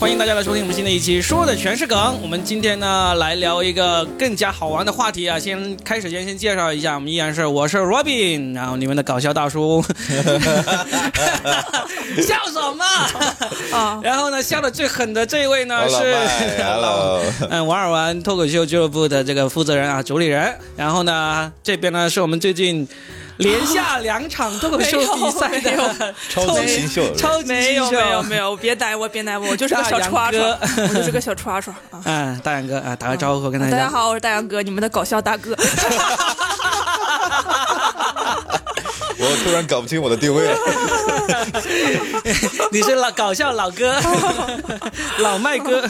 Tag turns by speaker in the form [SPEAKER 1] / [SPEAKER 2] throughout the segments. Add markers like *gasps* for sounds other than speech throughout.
[SPEAKER 1] 欢迎大家来收听我们新的一期，说的全是梗。我们今天呢来聊一个更加好玩的话题啊！先开始前先介绍一下，我们依然是我是 Robin，然后你们的搞笑大
[SPEAKER 2] *laughs*
[SPEAKER 1] 叔，笑什么？
[SPEAKER 2] 啊，
[SPEAKER 1] *laughs* 然后呢，笑的最狠的这一位呢
[SPEAKER 3] Hello，
[SPEAKER 1] 是
[SPEAKER 3] *laughs* bye，Hello
[SPEAKER 1] 嗯，王尔玩脱口秀俱乐部的这个负责人啊，主理人。然后呢，这边呢是我们最近连下两场脱口秀比赛
[SPEAKER 2] 没有没
[SPEAKER 1] 的
[SPEAKER 3] 超级新秀
[SPEAKER 1] 超级
[SPEAKER 2] 没
[SPEAKER 1] 新
[SPEAKER 2] 有
[SPEAKER 1] 秀
[SPEAKER 2] 没有没有，别逮我，别逮我，我就是个
[SPEAKER 1] 大
[SPEAKER 2] 小
[SPEAKER 1] 杨
[SPEAKER 2] 刷刷，
[SPEAKER 1] 哥
[SPEAKER 2] 我就是个小刷刷啊。
[SPEAKER 1] 嗯，大杨哥啊，打个招呼跟大
[SPEAKER 2] 大
[SPEAKER 1] 家。
[SPEAKER 2] 家好，我是大杨哥，你们的搞笑大哥。
[SPEAKER 3] 我突然搞不清我的定位了，
[SPEAKER 1] *laughs* 你是老搞笑老哥，老麦哥。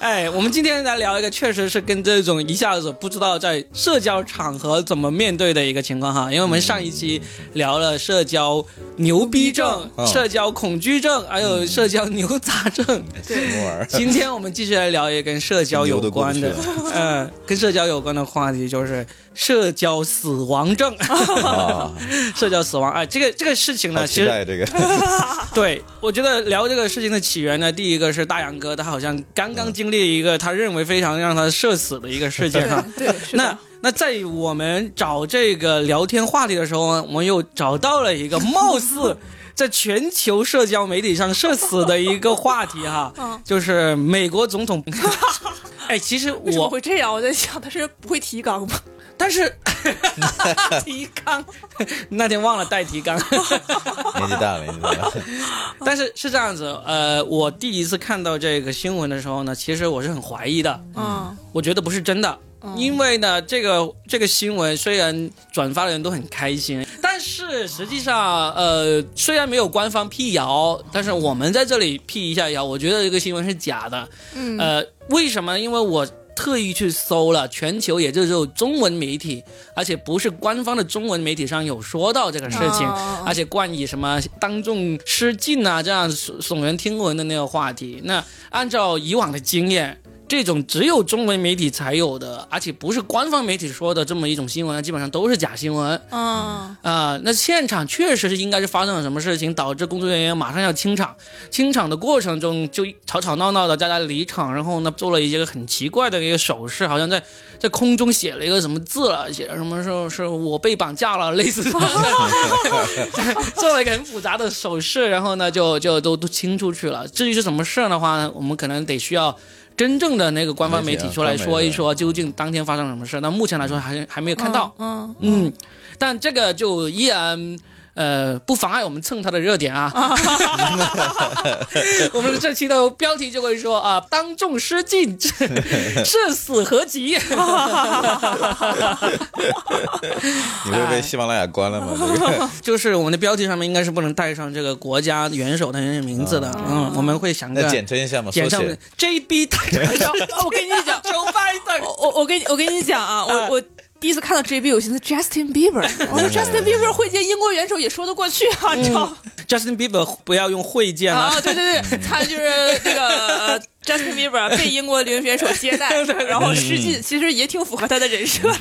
[SPEAKER 1] 哎，我们今天来聊一个，确实是跟这种一下子不知道在社交场合怎么面对的一个情况哈，因为我们上一期聊了社交牛逼症、
[SPEAKER 3] 嗯
[SPEAKER 1] 社交恐惧症，还有社交牛杂症。
[SPEAKER 3] 什么玩意儿？
[SPEAKER 1] 今天我们继续来聊一个跟社交有关的
[SPEAKER 3] 牛得，
[SPEAKER 1] 嗯，跟社交有关的话题就是社交死亡症， *laughs*
[SPEAKER 3] 啊，
[SPEAKER 1] 社交死亡。哎，这个这个事情
[SPEAKER 3] 好
[SPEAKER 1] 呢，其
[SPEAKER 3] 期
[SPEAKER 1] 实
[SPEAKER 3] 待
[SPEAKER 1] *laughs*
[SPEAKER 3] 啊这个。
[SPEAKER 1] 对，我觉得聊这个事情的起源呢，第一个是大杨哥，他好像刚刚经历一个他认为非常让他社死的一个事件哈。
[SPEAKER 2] 对，是的
[SPEAKER 1] 那那在我们找这个聊天话题的时候呢，我们又找到了一个貌似在全球社交媒体上社死的一个话题哈
[SPEAKER 2] *laughs* 嗯，
[SPEAKER 1] 就是美国总统。 *laughs* 哎，其实
[SPEAKER 2] 为什么
[SPEAKER 1] 我
[SPEAKER 2] 会这样？我在想，他是不会提纲
[SPEAKER 1] *laughs*
[SPEAKER 2] 吧？
[SPEAKER 1] 但是
[SPEAKER 2] 提纲，
[SPEAKER 1] 那天忘了带提纲。 *laughs*
[SPEAKER 3] 年纪大了，年纪大了，
[SPEAKER 1] 但是是这样子，呃，我第一次看到这个新闻的时候呢，其实我是很怀疑的，
[SPEAKER 2] 嗯，
[SPEAKER 1] 我觉得不是真的，因为呢，这个这个新闻虽然转发的人都很开心，但是实际上，呃，虽然没有官方辟谣，但是我们在这里辟一下谣，我觉得这个新闻是假的。
[SPEAKER 2] 嗯
[SPEAKER 1] 呃，为什么？因为我。特意去搜了，全球也就只有中文媒体，而且不是官方的中文媒体上有说到这个事情，
[SPEAKER 2] 哦
[SPEAKER 1] 而且冠以什么当众失禁啊这样耸耸人听闻的那个话题。那按照以往的经验，这种只有中文媒体才有的，而且不是官方媒体说的这么一种新闻，基本上都是假新闻
[SPEAKER 2] 嗯，
[SPEAKER 1] 啊、那现场确实是应该是发生了什么事情，导致工作人员马上要清场。清场的过程中就吵吵闹闹的，大家离场，然后呢做了一个很奇怪的一个手势，好像在在空中写了一个什么字了，写了什么说是我被绑架了，类似的，做了一个很复杂的手势，然后呢就就都都清出去了。至于是什么事儿的话呢，我们可能得需要。真正的那个官方媒体出来说一说，究竟当天发生了什么事？那目前来说还还没有看到。
[SPEAKER 2] 嗯，
[SPEAKER 1] 嗯，但这个就依然。呃，不妨碍我们蹭它的热点啊！ *laughs* 我们这期的标题就会说啊，当众失 *laughs* 禁，这这死何 *laughs* 极？
[SPEAKER 3] 你会被喜马拉雅关了吗？这
[SPEAKER 1] 哎
[SPEAKER 3] 个
[SPEAKER 1] 就是我们的标题上面应该是不能带上这个国家元首的人名字的。嗯，我们会想 *laughs*
[SPEAKER 3] 那
[SPEAKER 1] 个
[SPEAKER 3] 简称一下嘛，缩
[SPEAKER 1] 简
[SPEAKER 3] 写
[SPEAKER 1] 称。JB 大
[SPEAKER 2] 然
[SPEAKER 1] 家
[SPEAKER 2] 后啊我跟你
[SPEAKER 1] *laughs*
[SPEAKER 2] 讲，
[SPEAKER 1] ，Joe Biden
[SPEAKER 2] 我我我跟你我跟你讲啊，我我第一次看到 JB，我寻思 Justin Bieber，我
[SPEAKER 1] 嗯
[SPEAKER 2] 说 Justin Bieber 会见英国元首也说得过去啊，你知道吗？
[SPEAKER 1] Justin Bieber 不要用会见了
[SPEAKER 2] 啊，，对对对，他就是那个呃 Justin Bieber 被英国林选手接待，然后失禁，其实也挺符合他的人设的。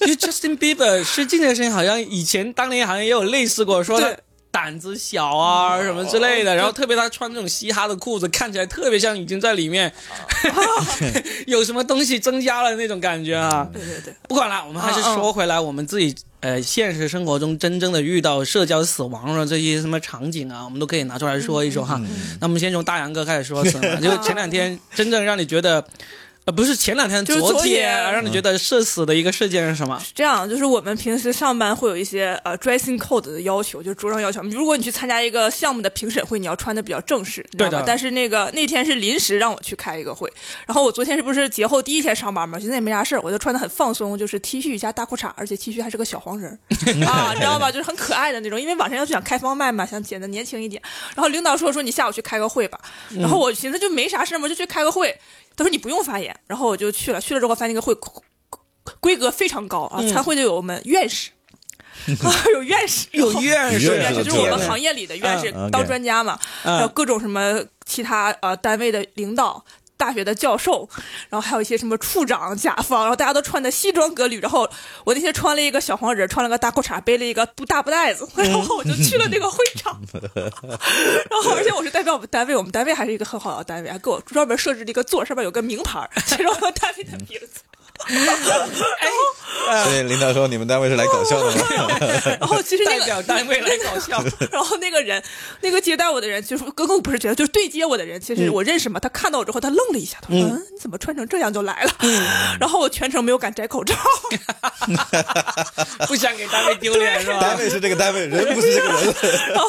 [SPEAKER 1] 因为 Justin Bieber 失禁这个事情，好像以前当年好像也有类似过，说他
[SPEAKER 2] 对哦
[SPEAKER 1] 胆子小啊什么之类的，然后特别他穿这种嘻哈的裤子，看起来特别像已经在里
[SPEAKER 2] *laughs*
[SPEAKER 1] 面有什么东西增加了那种感觉啊。
[SPEAKER 2] 对对对，
[SPEAKER 1] 不管了，我们
[SPEAKER 2] 嗯
[SPEAKER 1] 还是说回来，我们自己呃现实生活中真正的遇到社交死亡的这些什么场景啊，我们都可以拿出来说一说
[SPEAKER 2] 嗯
[SPEAKER 1] 哈。那我们先从大杨哥开始
[SPEAKER 2] *laughs*
[SPEAKER 1] 说起嘛，就前两天真正让你觉得。呃，不是前两天，
[SPEAKER 2] 就是
[SPEAKER 1] 昨
[SPEAKER 2] 昨天
[SPEAKER 1] 让你觉得社死的一个事件是什么？
[SPEAKER 2] 这样就是我们平时上班会有一些呃 dressing code 的要求，就是着装要求。如果你去参加一个项目的评审会，你要穿的比较正式，你知道
[SPEAKER 1] 对
[SPEAKER 2] 吧
[SPEAKER 1] 的
[SPEAKER 2] 但是那个那天是临时让我去开一个会，然后我昨天是不是节后第一天上班嘛，现在也没啥事儿，我就穿的很放松，就是 T 恤加大裤衩，而且 T 恤还是个小黄
[SPEAKER 1] *laughs*
[SPEAKER 2] 人儿啊，你知道吧？就是很可爱的那种。因为晚上要去想开方麦嘛，想显得年轻一点。然后领导说说你下午去开个会吧，然后我寻思就没啥事儿嘛，就去开个会。他说你不用发言，然后我就去了，去了之后发现那个会规格非常高
[SPEAKER 1] 嗯
[SPEAKER 2] 啊，参会就有我们院
[SPEAKER 1] *laughs*
[SPEAKER 2] 士，啊，有院士，
[SPEAKER 1] 有院士，
[SPEAKER 3] 有
[SPEAKER 2] 院
[SPEAKER 3] 院
[SPEAKER 2] 士
[SPEAKER 3] 士
[SPEAKER 2] 就是我
[SPEAKER 3] 对
[SPEAKER 2] 们
[SPEAKER 3] 对
[SPEAKER 2] 行业里的院士
[SPEAKER 3] 嗯，
[SPEAKER 2] 当
[SPEAKER 3] ，OK
[SPEAKER 2] 专家嘛，还有
[SPEAKER 1] 嗯
[SPEAKER 2] 各种什么其他呃单位的领导。大学的教授，然后还有一些什么处长、甲方，然后大家都穿的西装革履，然后我那天穿了一个小黄人，穿了个大裤衩，背了一个布大布袋子，然后我就去了那个会场，
[SPEAKER 3] 嗯
[SPEAKER 2] *laughs* 然后而且我是代表我们单位，我们单位还是一个很好的单位，还给我专门设置了一个座，上面有个名牌，写着我们单位的名字。
[SPEAKER 3] 所以领导说你们单位是来搞笑
[SPEAKER 1] *laughs*
[SPEAKER 3] 的吗？
[SPEAKER 2] 然后其实那
[SPEAKER 1] 代
[SPEAKER 2] 个
[SPEAKER 1] 表单位来搞笑，
[SPEAKER 2] *laughs* 然后那个人，那个接待我的人，就是根本不是觉得，就是对接我的人，其
[SPEAKER 1] 嗯
[SPEAKER 2] 实我认识嘛。他看到我之后，他愣了一下，他说：“嗯，你怎么穿成这样就来了？”
[SPEAKER 1] 嗯
[SPEAKER 2] 然后我全程没有敢摘口罩， *laughs*
[SPEAKER 1] 不想给单位丢脸是
[SPEAKER 3] 单
[SPEAKER 1] 吧？
[SPEAKER 3] 位是这个单位，人不是这个人。
[SPEAKER 2] 然后，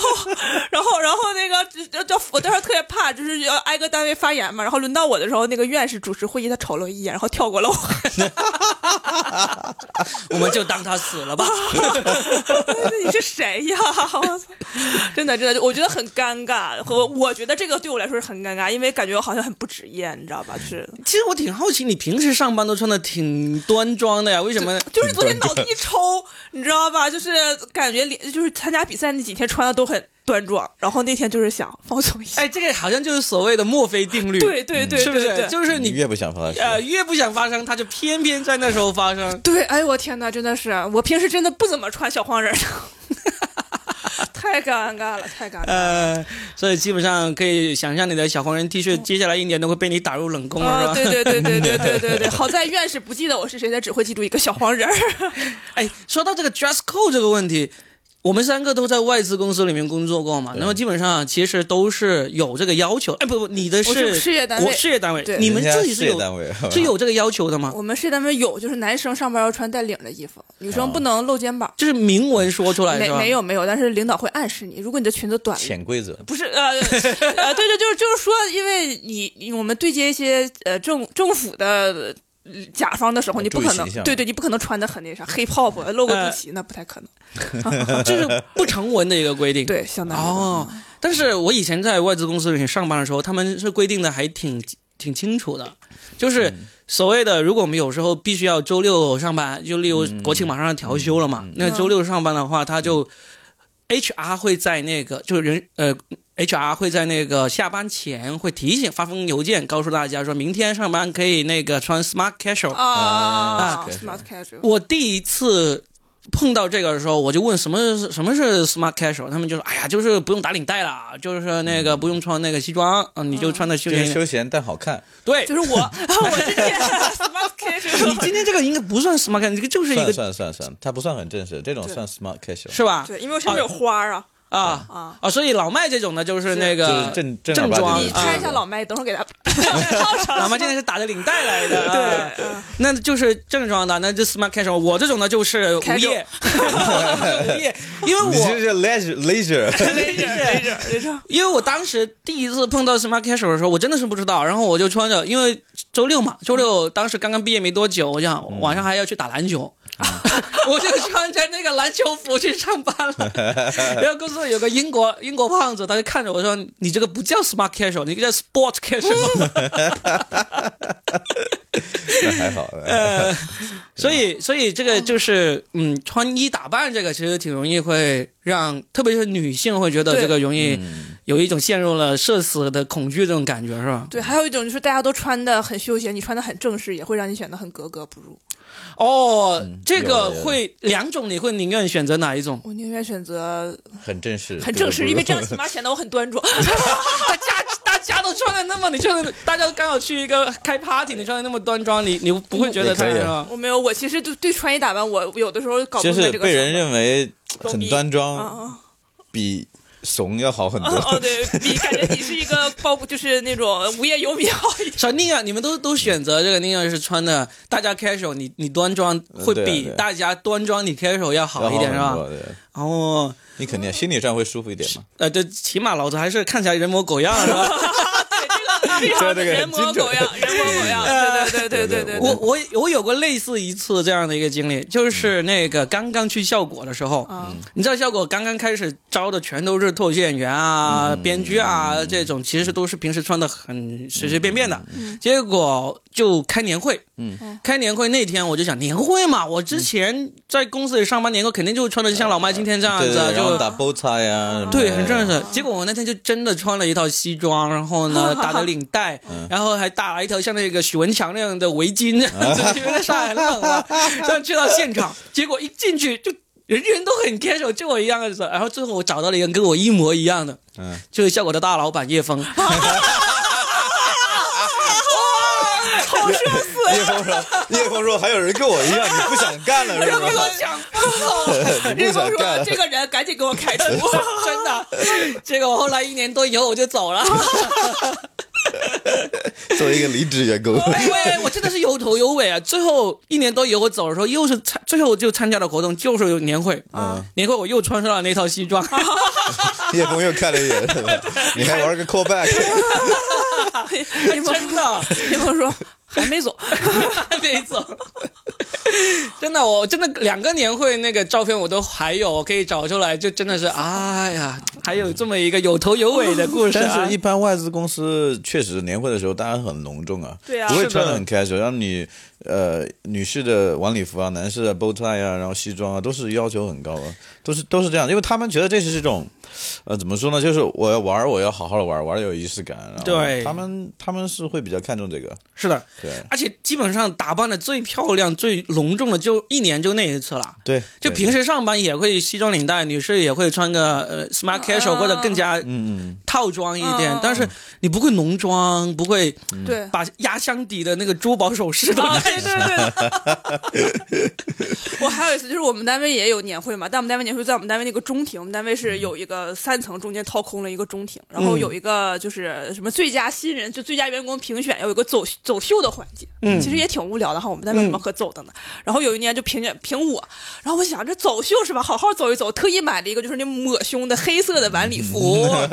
[SPEAKER 2] 然后，然后那个就就我当时特别怕，就是要挨个单位发言嘛。然后轮到我的时候，那个院士主持会议，他瞅了我一眼，然后跳过了我。 *laughs*
[SPEAKER 1] 我们就当他死了吧。
[SPEAKER 2] 你是谁呀？ *laughs* 我操！真的，真的，我觉得很尴尬。我我觉得这个对我来说是很尴尬，因为感觉我好像很不职业，你知道吧？就是。
[SPEAKER 1] *laughs* 其实我挺好奇，你平时上班都穿的挺端庄的呀，为什么呢？
[SPEAKER 2] 就是昨天脑子一抽，你知道吧？就是感觉连就是参加比赛那几天穿的都很端庄，然后那天就是想放松一下。
[SPEAKER 1] 哎，这个好像就是所谓的墨菲定律，
[SPEAKER 2] 对对对
[SPEAKER 1] 是 *laughs* 不
[SPEAKER 2] 对对
[SPEAKER 1] 是？就是
[SPEAKER 3] 你
[SPEAKER 1] 你
[SPEAKER 3] 越不想发生，
[SPEAKER 1] 呃越不想发生，它就偏偏在那时候发生。
[SPEAKER 2] 对，哎呦我天哪，真的是我平时真的不怎么穿小黄人， *laughs* 太尴尬了，太尴尬了。
[SPEAKER 1] 呃，所以基本上可以想象你的小黄人 T 恤，接下来一年都会被你打入冷宫了，
[SPEAKER 2] 啊、
[SPEAKER 1] 是吧？
[SPEAKER 2] 对对对对对对
[SPEAKER 1] *laughs*
[SPEAKER 2] 对对，好在院士不记得我是谁，他只会记住一个小黄人儿。 *laughs*
[SPEAKER 1] 哎，说到这个 dress code 这个问题，我们三个都在外资公司里面工作过嘛，那么基本上其实都是有这个要求。哎，不不，你的
[SPEAKER 2] 我
[SPEAKER 1] 是
[SPEAKER 2] 是事业单位
[SPEAKER 1] 国事业单位
[SPEAKER 2] 对，
[SPEAKER 1] 你们
[SPEAKER 3] 人家
[SPEAKER 1] 自己是
[SPEAKER 3] 事业
[SPEAKER 1] 有
[SPEAKER 3] 单位
[SPEAKER 1] 是有这个要求的吗？
[SPEAKER 2] 我们是单位有，就是男生上班要穿带领的衣服，女生不能露肩膀。
[SPEAKER 1] 就是明文说出来哦
[SPEAKER 2] 没
[SPEAKER 1] 是吧？
[SPEAKER 2] 没有没有，但是领导会暗示你，如果你的裙子短了，
[SPEAKER 3] *laughs* 潜规则。
[SPEAKER 2] 不是呃 *laughs* 呃，对对，就是就是说，因为你你我们对接一些呃政政府的呃甲方的时候，
[SPEAKER 3] 要
[SPEAKER 2] 你不
[SPEAKER 3] 注意
[SPEAKER 2] 可能
[SPEAKER 3] 形象
[SPEAKER 2] 对对，你不可能穿的很那啥，黑泡泡露个肚脐那不太可能。
[SPEAKER 1] 就是不成文的一个规定。
[SPEAKER 2] 对，相当于
[SPEAKER 1] 哦，但是我以前在外资公司里面上班的时候，他们是规定的还挺挺清楚的，就是所谓的，如果我们有时候必须要周六上班，就例如国庆马上要调休了嘛，那周六上班的话，他就 HR 会在那个就是人呃。HR 会在那个下班前会提醒发封邮件，告诉大家说明天上班可以那个穿 smart casual。
[SPEAKER 2] 啊
[SPEAKER 3] 啊
[SPEAKER 2] ，smart casual，
[SPEAKER 1] 我第一次碰到这个的时候，我就问什么是什么是 smart casual，他们就说，哎呀，就是不用打领带啦，就是那个不用穿那个西装，啊，你就穿的休
[SPEAKER 3] 就是
[SPEAKER 1] 闲。
[SPEAKER 3] 休闲但好看，
[SPEAKER 1] 对，
[SPEAKER 2] 就是我， *laughs* 我是这样 smart
[SPEAKER 1] 你
[SPEAKER 2] casual。
[SPEAKER 1] 今天这个应该不算 smart casual，这个就是一
[SPEAKER 3] 算
[SPEAKER 1] 个
[SPEAKER 3] 算算算，它不算很正式，这种算 smart casual，
[SPEAKER 1] 是吧？
[SPEAKER 2] 对，因为我上面有花儿啊。
[SPEAKER 1] 啊啊啊！所以老麦这种呢，就是那
[SPEAKER 3] 就是
[SPEAKER 1] 个
[SPEAKER 3] 正正儿
[SPEAKER 1] 正
[SPEAKER 3] 八经
[SPEAKER 1] 装
[SPEAKER 3] 的
[SPEAKER 2] 你
[SPEAKER 3] 啊
[SPEAKER 2] 猜一下老麦，等会儿给他套上。
[SPEAKER 1] 老麦今天是打着领带来
[SPEAKER 3] *laughs*
[SPEAKER 1] 的，啊
[SPEAKER 2] 对嗯
[SPEAKER 1] 那就是正装的，那就 smart casual。我这种呢就是无
[SPEAKER 2] Casual
[SPEAKER 3] *laughs*
[SPEAKER 1] 业，无业，因为
[SPEAKER 3] 你这
[SPEAKER 1] 我
[SPEAKER 3] 是 leisure
[SPEAKER 1] *laughs*
[SPEAKER 3] leisure，
[SPEAKER 1] 因为我当时第一次碰到 smart casual 的时候，我真的是不知道，然后我就穿着，因为周六嘛，周六当时刚刚毕业没多久，我想晚上还要去打篮球， *laughs* 我就穿着那个篮球服去上班了。然后公司有个英国英国胖子，他就看着我说：“你这个不叫 smart casual，你这个叫 sport casual。
[SPEAKER 3] 那还好。
[SPEAKER 1] 呃，所以所以这个就是嗯，穿衣打扮这个其实挺容易会让，特别是女性会觉得
[SPEAKER 2] 对
[SPEAKER 1] 这个容易有一种陷入了社死的恐惧这种感觉，是吧？
[SPEAKER 2] 对，还有一种就是大家都穿的很休闲，你穿的很正式，也会让你显得很格格不入。？
[SPEAKER 1] 哦，这
[SPEAKER 3] 嗯有
[SPEAKER 1] 个
[SPEAKER 3] 的有的
[SPEAKER 1] 会两种，你会宁愿选择哪一种 *laughs*
[SPEAKER 2] 我宁愿选择
[SPEAKER 3] 很正式，
[SPEAKER 2] 很正式，因为这
[SPEAKER 3] *laughs*
[SPEAKER 2] 样
[SPEAKER 3] 子
[SPEAKER 2] 起码显得我很端庄。 *laughs*
[SPEAKER 1] 大家大家都穿的那么，你穿的大家都刚好去一个开 party，你穿的那么端庄，你你不会觉得
[SPEAKER 3] 嗯也可
[SPEAKER 1] 太
[SPEAKER 3] 以啊
[SPEAKER 1] 是吧？
[SPEAKER 2] 我没有，我其实对对穿衣打扮，我我有的时候搞不
[SPEAKER 3] 就
[SPEAKER 2] 明白
[SPEAKER 3] 是
[SPEAKER 2] 这个
[SPEAKER 3] 被人
[SPEAKER 2] 想
[SPEAKER 3] 认为
[SPEAKER 2] 装逼
[SPEAKER 3] 很端庄，
[SPEAKER 2] 法。
[SPEAKER 3] 比怂要好很
[SPEAKER 2] 啊啊
[SPEAKER 3] 多。
[SPEAKER 2] *laughs* 哦，对，你感觉你是一个包，就是那种无业游民好一点。
[SPEAKER 1] 小宁愿你们都都选择这个，宁愿是穿的大家 casual，你你端庄会
[SPEAKER 3] 对啊
[SPEAKER 1] 比
[SPEAKER 3] 对啊
[SPEAKER 1] 大家端庄你 casual 要好一点是
[SPEAKER 3] *laughs* 要好很
[SPEAKER 1] 吧
[SPEAKER 3] 多？？对
[SPEAKER 1] 哦，
[SPEAKER 3] 你肯定心理上会舒服一点嘛。
[SPEAKER 1] 呃，对，起码老子还是看起来人模狗样是吧？
[SPEAKER 2] 对，这个非常
[SPEAKER 3] *laughs* 这个很
[SPEAKER 2] 人模
[SPEAKER 3] 精准
[SPEAKER 2] 狗样，人模狗样。对对对对
[SPEAKER 3] *laughs*
[SPEAKER 2] 对对，
[SPEAKER 1] 我我我有过类似一次这样的一个经历，
[SPEAKER 3] 嗯
[SPEAKER 1] 就是那个刚刚去效果的时候，
[SPEAKER 2] 啊，
[SPEAKER 1] 你知道效果刚刚开始招的全都是脱口秀演员啊、
[SPEAKER 3] 嗯
[SPEAKER 1] 编剧啊这种，其实都是平时穿的很随随便便的。结果就开年会，
[SPEAKER 3] 嗯
[SPEAKER 1] 开年会那天我就想年会嘛，我之前在公司里上班年会肯定就穿的像老麦今天这样
[SPEAKER 3] 对
[SPEAKER 1] 子啊，
[SPEAKER 3] 对，然后
[SPEAKER 1] 就
[SPEAKER 3] 打 bow tie 啊，
[SPEAKER 1] 对，很正
[SPEAKER 3] 正
[SPEAKER 1] 式。结果我那天就真的穿了一套西装，然后呢打着领带，然后还打了一条像那个许文强那样的围巾，这样子因为在上海冷啊，这样去到现场，结果一进去就人人都很 casual，就我一样的时候，然后最后我找到了一个跟我一模一样的，
[SPEAKER 3] 嗯，
[SPEAKER 1] 就是效果的大老板叶枫，
[SPEAKER 2] 好社死！
[SPEAKER 3] 叶枫说，叶枫说还有人跟我一样，你不想干
[SPEAKER 2] *laughs* 哎
[SPEAKER 3] 了
[SPEAKER 1] 就
[SPEAKER 3] 是
[SPEAKER 1] 跟我
[SPEAKER 3] 吧？
[SPEAKER 1] 讲
[SPEAKER 3] *laughs* 你不
[SPEAKER 2] 日
[SPEAKER 3] 想
[SPEAKER 2] 光说
[SPEAKER 3] 干了
[SPEAKER 2] 这个人赶紧给我开
[SPEAKER 3] *laughs*
[SPEAKER 2] 除。
[SPEAKER 1] 真的，结果我后来一年多以后我就走了，
[SPEAKER 3] 作为一个离职
[SPEAKER 2] *laughs*
[SPEAKER 3] 员工，
[SPEAKER 1] 因为我真的是有头有尾啊。最后一年多以后我走的时候，又是参，最后就参加的活动就是年会，
[SPEAKER 3] 嗯，
[SPEAKER 1] 年会我又穿上了那套西装。
[SPEAKER 3] 叶枫又看了一眼，是吧你还玩
[SPEAKER 2] *laughs*
[SPEAKER 3] 个 callback，
[SPEAKER 2] 林峰
[SPEAKER 1] 真的
[SPEAKER 2] 林峰说还没走，
[SPEAKER 1] *laughs* 那种，真的，我真的两个年会那个照片我都还有，我可以找出来，就真的是，哎呀，还有这么一个有头有尾的故事、啊。 *laughs*
[SPEAKER 3] 但是，一般外资公司确实年会的时候，大家很隆重啊，
[SPEAKER 2] 对啊
[SPEAKER 3] 不会
[SPEAKER 1] 是的
[SPEAKER 3] 穿的很开手，让你呃女士的晚礼服啊，男士的 bow tie 啊，然后西装啊，都是要求很高啊，都是都是这样，因为他们觉得这是一种，呃，怎么说呢，就是我要玩儿，我要好好的玩儿，玩的有仪式感。然后
[SPEAKER 1] 对
[SPEAKER 3] 他们他们是会比较看重这个，
[SPEAKER 1] 是的，
[SPEAKER 3] 对
[SPEAKER 1] 而且基本上打扮的最漂亮、最隆重的，就一年就那一次了。
[SPEAKER 3] 对，
[SPEAKER 1] 就
[SPEAKER 3] 对
[SPEAKER 1] 平时上班也会西装领带，女士也会穿个呃 smart casual
[SPEAKER 2] 啊
[SPEAKER 1] 或者更加
[SPEAKER 3] 嗯
[SPEAKER 1] 套装一点
[SPEAKER 2] 啊，
[SPEAKER 1] 但是你不会浓妆，不会
[SPEAKER 2] 对。
[SPEAKER 1] 把压箱底的那个珠宝首饰都
[SPEAKER 2] 啊，对对对对。我还有一次，就是我们单位也有年会嘛，但我们单位年会在我们单位那个中庭，我们单位是有一个三层，中间掏空了一个中庭，然后有一个就是什么最佳新人，就最佳员工评选，有一个走走秀的环节，嗯，其实也挺无聊的哈，我们单位有什么可走的呢？然后有一年就评选评我，啊然后我想这走秀是吧，好好走一走，特意买了一个就是那抹胸的黑色的晚礼服，啊，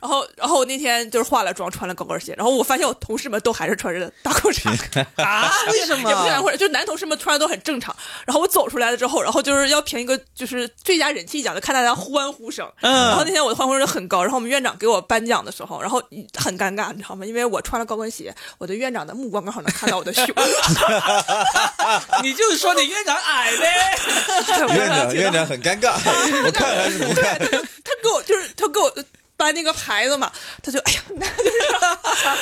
[SPEAKER 2] 然后然后我那天就是化了妆，穿了高跟鞋，然后我发现我同事们都还是穿着大裤衩。
[SPEAKER 1] *laughs* 啊？
[SPEAKER 3] *laughs*
[SPEAKER 1] 为什么？
[SPEAKER 2] 也不是男或者就男同事们穿的都很正常。然后我走出来了之后，然后就是要评一个就是最佳人气奖，就看大家欢呼声。
[SPEAKER 1] 嗯
[SPEAKER 2] 然后那天我的欢呼声就很高。然后我们院长给我颁奖的时候，然后很尴尬，你知道吗？因为我穿了高跟鞋，我的院长的目光刚好能看到我
[SPEAKER 3] *laughs*
[SPEAKER 2] 的胸。
[SPEAKER 1] 你就是说你院长矮呗？
[SPEAKER 3] 嗯，院
[SPEAKER 2] *laughs*
[SPEAKER 3] 长
[SPEAKER 2] 啊
[SPEAKER 3] 院长很尴尬，我看还是不看？
[SPEAKER 2] 他给我就是他给我颁那个牌子嘛，他就哎呀，那就是。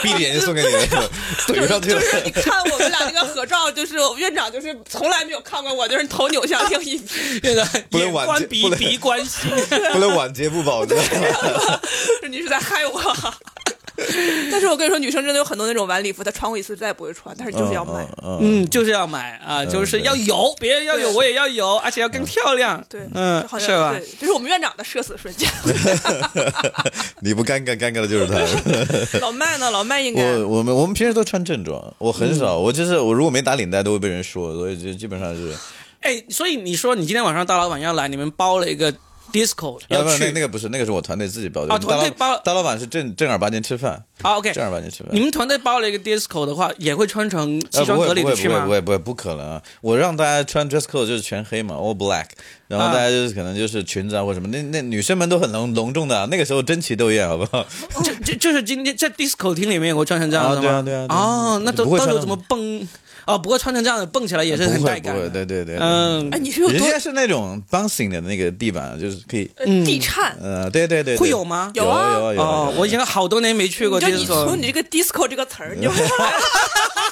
[SPEAKER 3] 闭着眼睛送给你了，怼上去
[SPEAKER 2] 就
[SPEAKER 3] 了。
[SPEAKER 2] 是你看我们俩那个合照，就是我院长就是从来没有看过我，就是头扭向另一
[SPEAKER 1] *laughs*
[SPEAKER 2] 边。
[SPEAKER 1] 院长
[SPEAKER 3] 不能
[SPEAKER 1] 眼
[SPEAKER 3] 挽
[SPEAKER 1] 观
[SPEAKER 3] 救
[SPEAKER 1] 鼻
[SPEAKER 3] 不，能
[SPEAKER 1] 鼻观
[SPEAKER 3] *laughs*
[SPEAKER 1] 心。
[SPEAKER 3] 不能晚节不保，你知道吗？
[SPEAKER 2] *laughs* 你是在害我。但是我跟你说，女生真的有很多那种晚礼服，她穿过一次再也不会穿，但是就是要买。
[SPEAKER 3] 嗯，嗯，
[SPEAKER 1] 嗯，就是要买啊，就是要有，别人要有，我也要有，而且要更漂亮。
[SPEAKER 2] 对，
[SPEAKER 1] 嗯
[SPEAKER 2] 就，好像
[SPEAKER 1] 是吧？
[SPEAKER 2] 对，这是我们院长的社死瞬间。 *laughs*
[SPEAKER 3] *laughs* 你不尴尬，尴尬的就是他。
[SPEAKER 1] *laughs*
[SPEAKER 2] 老麦呢？老麦应该
[SPEAKER 3] 我我们我们平时都穿正装，我很
[SPEAKER 1] 嗯
[SPEAKER 3] 少，我就是我如果没打领带都会被人说，所以就基本上是，
[SPEAKER 1] 哎，所以你说你今天晚上大老板要来，你们包了一个 disco
[SPEAKER 3] 啊
[SPEAKER 1] 要
[SPEAKER 3] 不是那
[SPEAKER 1] 去
[SPEAKER 3] 那个不是那个是我团队自己包的，
[SPEAKER 1] 啊
[SPEAKER 3] 我
[SPEAKER 1] 团
[SPEAKER 3] 们
[SPEAKER 1] 队
[SPEAKER 3] 大老
[SPEAKER 1] 包
[SPEAKER 3] 大老板是正正儿八经吃饭，
[SPEAKER 1] 啊？OK，
[SPEAKER 3] 正儿八经吃饭
[SPEAKER 1] 你。们团队包了一个 disco 的话，也会穿成西装革履
[SPEAKER 3] 呃
[SPEAKER 1] 的
[SPEAKER 3] 不会
[SPEAKER 1] 去
[SPEAKER 3] 不会
[SPEAKER 1] 吗
[SPEAKER 3] 不？会不会不可能啊！我让大家穿 dress code 就是全黑嘛，all black，然后
[SPEAKER 1] 啊
[SPEAKER 3] 大家就是可能就是裙子啊或什么，那那女生们都很隆隆重的啊，那个时候争奇斗艳，好不
[SPEAKER 1] *laughs*
[SPEAKER 3] 好？
[SPEAKER 1] 这这就是今天在 disco 厅里面也会穿成这样的吗？
[SPEAKER 3] 啊对啊对啊对啊
[SPEAKER 1] 哦，那都
[SPEAKER 3] 不会
[SPEAKER 1] 到时
[SPEAKER 3] 穿
[SPEAKER 1] 候
[SPEAKER 3] 的
[SPEAKER 1] 怎么蹦？哦，不过穿成这样的蹦起来也是很
[SPEAKER 3] 不
[SPEAKER 1] 带
[SPEAKER 3] 会不
[SPEAKER 1] 感
[SPEAKER 3] 会，
[SPEAKER 1] 的。
[SPEAKER 3] 对对对，对
[SPEAKER 1] 嗯
[SPEAKER 2] 哎，，你是有
[SPEAKER 3] 人
[SPEAKER 2] 多
[SPEAKER 3] 家是那种 bouncing 的那个地板，啊就是可以，
[SPEAKER 2] 呃
[SPEAKER 1] 嗯
[SPEAKER 2] 地颤？
[SPEAKER 3] 呃，对对对，对
[SPEAKER 1] 会有吗？
[SPEAKER 3] 有
[SPEAKER 2] 啊
[SPEAKER 3] 有有
[SPEAKER 1] 哦，我已
[SPEAKER 3] 有
[SPEAKER 1] 经好多年没去过
[SPEAKER 2] 你就你
[SPEAKER 1] disco
[SPEAKER 2] 从
[SPEAKER 1] 了。
[SPEAKER 2] 你这个 disco 这个词儿，你就
[SPEAKER 3] 嗯
[SPEAKER 2] *laughs*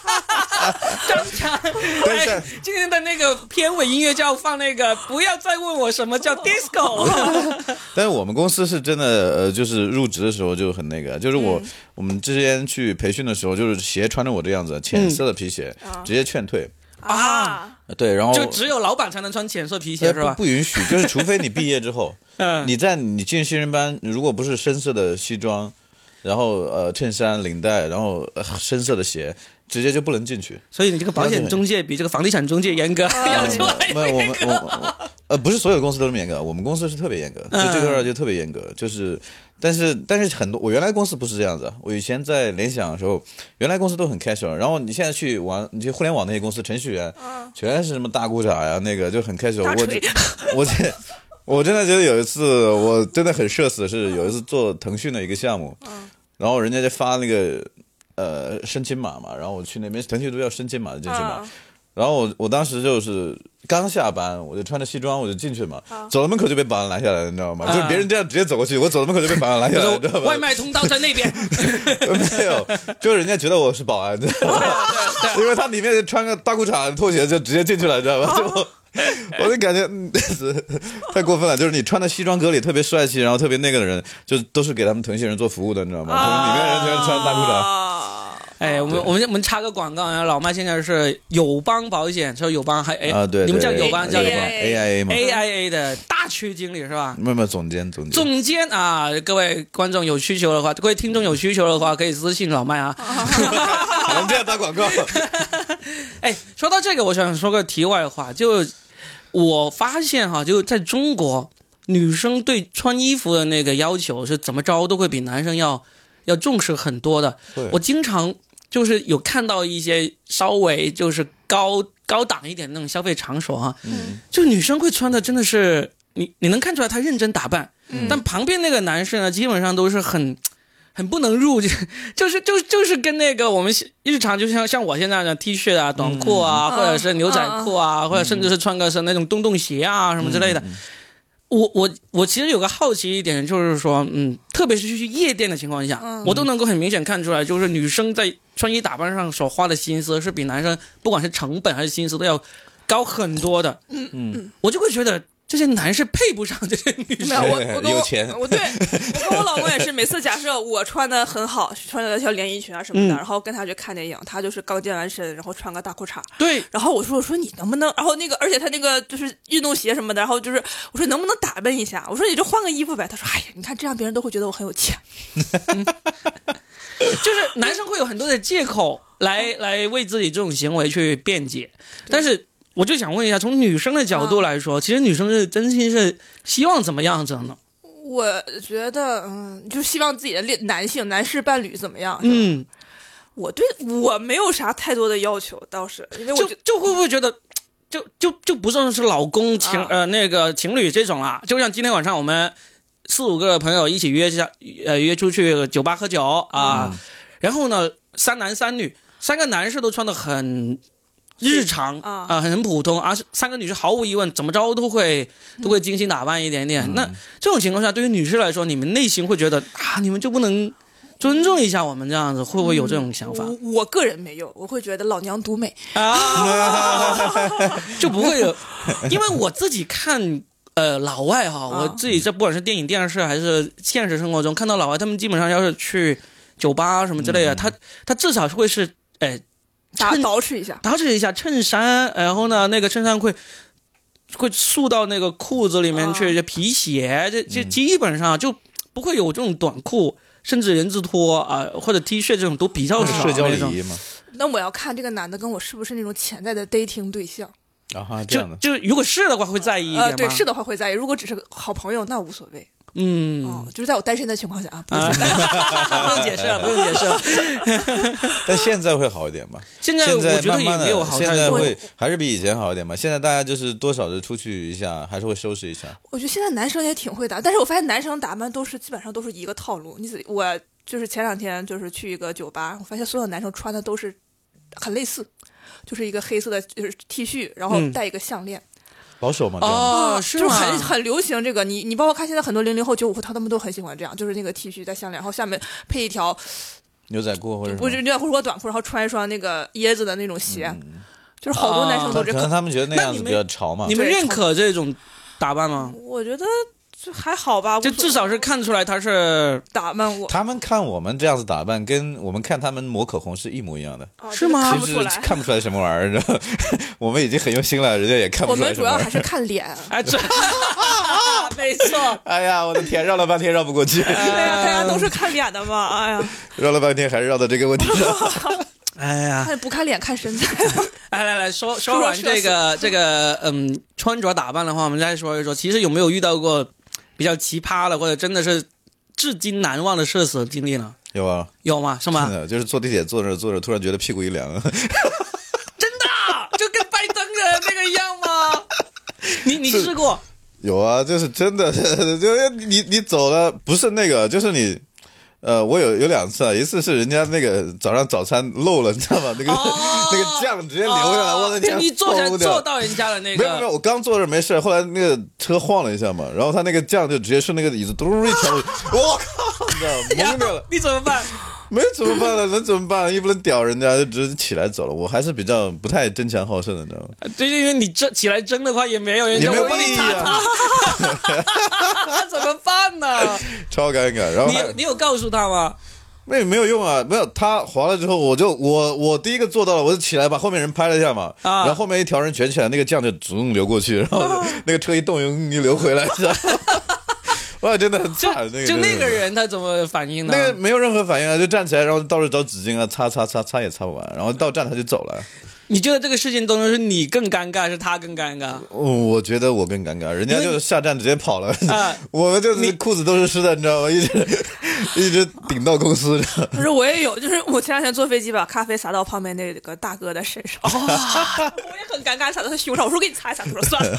[SPEAKER 2] 张强
[SPEAKER 3] 等一下
[SPEAKER 1] 哎，今天的那个片尾音乐就要放那个，不要再问我什么
[SPEAKER 3] 哦
[SPEAKER 1] 叫 disco。
[SPEAKER 3] 但是我们公司是真的，呃，就是入职的时候就很那个，就是
[SPEAKER 1] 嗯
[SPEAKER 3] 我、我们之前去培训的时候，就是鞋穿着我这样子，浅色的皮鞋，直接劝退。
[SPEAKER 1] 啊！
[SPEAKER 3] 呃对，然后
[SPEAKER 1] 嗯就只有老板才能穿浅色皮鞋
[SPEAKER 3] 呃
[SPEAKER 1] 是吧
[SPEAKER 3] 不？不允许，就是除非你毕业之后，
[SPEAKER 1] *laughs* 嗯
[SPEAKER 3] 你在你进新人班，如果不是深色的西装，然后呃衬衫领带，然后、呃深色的鞋，直接就不能进去。
[SPEAKER 1] 嗯
[SPEAKER 3] 嗯
[SPEAKER 1] 所以你这个保险中介比这个房地产中介严格，要求还嗯
[SPEAKER 3] 没有，我们我我呃，不是所有公司都这么严格，我们公司是特别严格，就这块儿就特别严格，就是，但是但是很多我原来公司不是这样子，啊我以前在联想的时候，原来公司都很 casual，然后你现在去玩，你去互联网那些公司，程序员、
[SPEAKER 1] 嗯
[SPEAKER 3] 全是什么大裤衩呀，那个就 *laughs* 很 casual，
[SPEAKER 2] 大
[SPEAKER 3] 我
[SPEAKER 2] 锤
[SPEAKER 3] 这我这。我真的觉得有一次，我真的很社死，是有一次做腾讯的一个项目，
[SPEAKER 1] 嗯
[SPEAKER 3] 然后人家就发那个呃申请码嘛，然后我去那边腾讯都要申请码的进去嘛，
[SPEAKER 2] 嗯
[SPEAKER 3] 然后我我当时就是刚下班，我就穿着西装我就进去嘛，走到门口就被保安拦下来了，你知道
[SPEAKER 1] 啊
[SPEAKER 3] 吗？就是别人这样直接走过去，我走到门口就被保安拦下来了，你知道吗？
[SPEAKER 1] 外 *laughs* 卖通道在那
[SPEAKER 3] *laughs*
[SPEAKER 1] 边，
[SPEAKER 3] 没有，就是人家觉得我是保安，你知道吗因为他里面穿个大裤衩拖鞋就直接进去了，你知道
[SPEAKER 1] 啊
[SPEAKER 3] 吧？就我我就感觉嗯太过分了，就是你穿的西装革履特别帅气，然后特别那个的人，就都是给他们腾讯人做服务的，你知道吗？就是
[SPEAKER 1] 啊
[SPEAKER 3] 里面人全是穿大裤衩。
[SPEAKER 2] 啊，
[SPEAKER 1] 哎，我们我们我们插个广告，然啊后老麦现在是友邦保险，说友邦还哎
[SPEAKER 3] 啊，对，
[SPEAKER 1] 你们叫
[SPEAKER 3] 对
[SPEAKER 1] 友
[SPEAKER 3] 对
[SPEAKER 1] 邦
[SPEAKER 3] 对
[SPEAKER 1] 叫
[SPEAKER 2] 友
[SPEAKER 1] 什
[SPEAKER 3] 对嗯
[SPEAKER 2] 邦
[SPEAKER 1] 么
[SPEAKER 3] AIA 嘛？
[SPEAKER 1] ？AIA 的大区经理是吧？
[SPEAKER 3] 没有没有，总监总监。
[SPEAKER 1] 总监啊，各位观众有需求的话，各位听众有需求的话，可以私信老麦啊。
[SPEAKER 3] 哦 *laughs* 我们这样打广告，
[SPEAKER 1] 哎，说到这个，我想说个题外话，就我发现哈，就在中国，女生对穿衣服的那个要求是怎么着都会比男生要要重视很多的
[SPEAKER 3] 对。
[SPEAKER 1] 我经常就是有看到一些稍微就是高高档一点的那种消费场所哈，
[SPEAKER 3] 嗯
[SPEAKER 1] 就女生会穿的真的是你你能看出来她认真打扮，
[SPEAKER 3] 嗯
[SPEAKER 1] 但旁边那个男生呢，基本上都是很。很不能入，就是 *laughs* 就是就是就是跟那个我们日常，就像像我现在的 T 恤啊、短裤啊，或者是牛仔裤啊，或者甚至是穿个是那种洞洞鞋啊什么之类的。我我我其实有个好奇一点，就是说，嗯，特别是去夜店的情况下，我都能够很明显看出来，就是女生在穿衣打扮上所花的心思是比男生不管是成本还是心思都要高很多的。嗯嗯，我就会觉得这些男士配不上这些女 *laughs* 生。
[SPEAKER 2] 没有我我跟
[SPEAKER 3] *laughs* 有
[SPEAKER 2] 我
[SPEAKER 3] 钱
[SPEAKER 2] 我对我跟我老公也是，每次假设我穿的很好，穿了条连衣裙啊什么的，
[SPEAKER 1] 嗯
[SPEAKER 2] 然后跟他去看电影，他就是刚健完身，然后穿个大裤衩，
[SPEAKER 1] 对，
[SPEAKER 2] 然后我说我说你能不能，然后那个而且他那个就是运动鞋什么的，然后就是我说能不能打扮一下，我说你就换个衣服呗，他说哎呀，你看这样别人都会觉得我很有钱，
[SPEAKER 1] 就是男生会有很多的借口来来为自己这种行为去辩解，但是我就想问一下，从女生的角度来说，其实女生是真心是希望怎么样子的呢？
[SPEAKER 2] *laughs* 我觉得嗯，就希望自己的恋男性男士伴侣怎么样，嗯，
[SPEAKER 1] 嗯，
[SPEAKER 2] 我对我没有啥太多的要求，倒是因为我
[SPEAKER 1] 就
[SPEAKER 2] 觉得
[SPEAKER 1] 就会不会觉得？就就就不算是老公情、
[SPEAKER 2] 啊
[SPEAKER 1] 呃那个情侣这种啦，就像今天晚上我们四五个朋友一起约下呃约出去酒吧喝酒啊，然后呢三男三女三个男士都穿的很日常
[SPEAKER 2] 啊
[SPEAKER 1] 呃很普通，而、是三个女士毫无疑问怎么着都会
[SPEAKER 2] 嗯
[SPEAKER 1] 都会精心打扮一点点。那这种情况下，对于女士来说，你们内心会觉得啊，你们就不能尊重一下我们这样子，会不会有这种想法、
[SPEAKER 2] 我我个人没有，我会觉得老娘独美。
[SPEAKER 1] 啊？就不会有，因为我自己看。呃，老外哈，
[SPEAKER 2] 啊
[SPEAKER 1] 我自己在不管是电影、电视还是现实生活中，看到老外，他们基本上要是去酒吧什么之类的，他他至少是会是，哎、
[SPEAKER 2] 打 *laughs*
[SPEAKER 1] 衬
[SPEAKER 2] 捯饬一下。
[SPEAKER 1] 捯饬一下衬衫，然后呢，那个衬衫会会束到那个裤子里面去，
[SPEAKER 2] 啊
[SPEAKER 1] 这皮鞋，这这基本上就不会有这种短裤，甚至人字拖啊、或者 T 恤这种都比较少
[SPEAKER 3] 社交
[SPEAKER 1] 那
[SPEAKER 3] 礼
[SPEAKER 1] 种。
[SPEAKER 3] 仪嘛。
[SPEAKER 2] 那我要看这个男的跟我是不是那种潜在的 dating 对象。
[SPEAKER 3] 啊哈，这
[SPEAKER 1] 就
[SPEAKER 3] 样的。
[SPEAKER 1] 就如果是的话，会在意一点吗？
[SPEAKER 2] 呃，对，是的话会在意。如果只是个好朋友，那无所谓。
[SPEAKER 1] 嗯，
[SPEAKER 2] 哦，就是在我单身的情况下啊，不是
[SPEAKER 1] 啊， *laughs* 不用解
[SPEAKER 3] *laughs*
[SPEAKER 1] 释了，不用解释了。
[SPEAKER 3] 但现在会好一点吧？
[SPEAKER 1] 现在
[SPEAKER 3] 现
[SPEAKER 1] 我
[SPEAKER 3] 在
[SPEAKER 1] 觉得
[SPEAKER 3] 慢
[SPEAKER 1] 也
[SPEAKER 3] 慢
[SPEAKER 1] 没有
[SPEAKER 3] 的，
[SPEAKER 1] 好
[SPEAKER 3] 现
[SPEAKER 1] 太
[SPEAKER 3] 在
[SPEAKER 1] 多。
[SPEAKER 3] 会还是比以前好一点吧。现在大家就是多少的出去一下，还是会收拾一下。
[SPEAKER 2] 我觉得现在男生也挺会打，但是我发现男生打扮都是基本上都是一个套路。你仔我就是前两天就是去一个酒吧，我发现所有男生穿的都是很类似，就是一个黑色的就是 T 恤，然后
[SPEAKER 1] 嗯
[SPEAKER 2] 戴一个项链。
[SPEAKER 3] 保守嘛，这样。
[SPEAKER 1] 哦，
[SPEAKER 2] 就是是
[SPEAKER 1] 吗？
[SPEAKER 2] 很很流行这个。你你包括看现在很多零零后、九五后，他们都很喜欢这样，就是那个 T 恤带项链，然后下面配一条
[SPEAKER 3] 牛仔裤或者什么
[SPEAKER 2] 不是，牛仔裤或者短裤，然后穿一双那个椰子的那种鞋，
[SPEAKER 1] 嗯
[SPEAKER 2] 就是好多男生
[SPEAKER 1] 啊
[SPEAKER 2] 都
[SPEAKER 3] 可
[SPEAKER 2] 这
[SPEAKER 3] 可能
[SPEAKER 2] 个。
[SPEAKER 3] 他们觉得那
[SPEAKER 1] 那
[SPEAKER 3] 样子
[SPEAKER 1] 你们
[SPEAKER 3] 比较潮嘛
[SPEAKER 1] 你。们
[SPEAKER 2] 对
[SPEAKER 1] 认可这种打扮吗？
[SPEAKER 2] 我觉得这还好吧，
[SPEAKER 1] 就
[SPEAKER 2] 无所
[SPEAKER 1] 至少是看出来他是 *laughs*
[SPEAKER 2] 打扮我，
[SPEAKER 3] 他们看我们这样子打扮，跟我们看他们抹口红是一模一样的，
[SPEAKER 2] 啊
[SPEAKER 1] 是吗
[SPEAKER 2] 看
[SPEAKER 3] 其
[SPEAKER 2] 不
[SPEAKER 3] 实
[SPEAKER 2] 出来。
[SPEAKER 3] 看不出来什么玩意儿。然后 *laughs* 我们已经很用心了，人家也看
[SPEAKER 2] 我
[SPEAKER 3] 不出
[SPEAKER 2] 们
[SPEAKER 3] 来什
[SPEAKER 2] 主
[SPEAKER 3] 么
[SPEAKER 2] 要
[SPEAKER 3] 玩意
[SPEAKER 2] 还
[SPEAKER 3] 儿。
[SPEAKER 2] 是看脸，啊 *laughs*
[SPEAKER 1] 哎，这没错。
[SPEAKER 3] 哎呀，我的天，绕了半天绕不过去，
[SPEAKER 2] 呃对呀，大家都是看脸的嘛。哎呀， *laughs*
[SPEAKER 3] 绕了半天还是绕到这个问题上。
[SPEAKER 1] 哎呀，
[SPEAKER 2] 看不看脸看身材，啊
[SPEAKER 1] *laughs* 来哎来来说说完这个这个嗯穿着打扮的话，我们再说一说，其实有没有遇到过比较奇葩的，或者真的是至今难忘的社死经历呢？
[SPEAKER 3] 有啊，
[SPEAKER 1] 有吗？是吗
[SPEAKER 3] 真？的就是坐地铁坐着坐着，突然觉得屁股一凉，
[SPEAKER 1] 真
[SPEAKER 3] *laughs*
[SPEAKER 1] 的啊，就跟拜登的那个一样吗？
[SPEAKER 3] *laughs*
[SPEAKER 1] 你你试过？
[SPEAKER 3] 有啊，就是真的， *laughs* 就是你你走了，不是那个，就是你。呃，我有有两次啊，一次是人家那个早上早餐漏了，你知道吗？那个、
[SPEAKER 1] 哦
[SPEAKER 3] 那个酱直接流下来，我的天
[SPEAKER 1] 就！哦你坐下
[SPEAKER 3] 疯掉
[SPEAKER 1] 坐到人家的那
[SPEAKER 3] 没有没有，
[SPEAKER 1] 个，
[SPEAKER 3] 我刚坐这儿没事，后来那个车晃了一下嘛，然后他那个酱就直接顺那个椅子嘟一跳
[SPEAKER 1] *laughs*
[SPEAKER 3] 过去，我靠，你知道吗？懵掉了，
[SPEAKER 1] 你怎么办？
[SPEAKER 3] 没怎么办了，能怎么办？又不能屌人家，就直接起来走了。我还是比较不太争强好胜的，你知道吗？
[SPEAKER 1] 对，因为你争起来争的话，也没有人
[SPEAKER 3] 也
[SPEAKER 1] 就
[SPEAKER 3] 没有
[SPEAKER 1] 为
[SPEAKER 3] 意
[SPEAKER 1] 你
[SPEAKER 3] 义
[SPEAKER 1] 打
[SPEAKER 3] 啊，
[SPEAKER 1] 他，怎么办
[SPEAKER 3] *laughs*
[SPEAKER 1] 呢？
[SPEAKER 3] 超尴尬。然后
[SPEAKER 1] 你
[SPEAKER 3] 还
[SPEAKER 1] 有你有告诉他
[SPEAKER 3] *laughs*
[SPEAKER 1] 吗？
[SPEAKER 3] 那也没有用啊，没有他滑了之后，我就我我第一个做到了，我就起来把后面人拍了一下嘛，
[SPEAKER 1] 啊
[SPEAKER 3] 然后后面一条人卷起来，那个酱就直流过去，然后那个车一动又流回来，
[SPEAKER 1] *laughs*
[SPEAKER 3] 知道吗？哇，真的很
[SPEAKER 1] 就
[SPEAKER 3] 惨，那
[SPEAKER 1] 就
[SPEAKER 3] 个真的
[SPEAKER 1] 那个
[SPEAKER 3] 是
[SPEAKER 1] 人啊他怎么反应呢？
[SPEAKER 3] 那个没有任何反应啊，就站起来，然后到处找纸巾啊，擦擦擦擦也擦不完，然后到站他就走了。
[SPEAKER 1] 你觉得这个事情当中是你更尴尬，是他更尴尬？
[SPEAKER 3] 我我觉得我更尴尬，人家就是下站直接跑了，
[SPEAKER 1] 嗯啊
[SPEAKER 3] *laughs* 我们就是裤子都是湿的，你知道吗？
[SPEAKER 1] *laughs*
[SPEAKER 3] 一直一直顶到公司。
[SPEAKER 2] 不是我也有，就是我前两天坐飞机把咖啡洒到旁边那个大哥的身上， *laughs* 我也很尴尬，洒到他胸上，我说给你擦一擦，他说
[SPEAKER 1] *laughs*
[SPEAKER 2] 算了，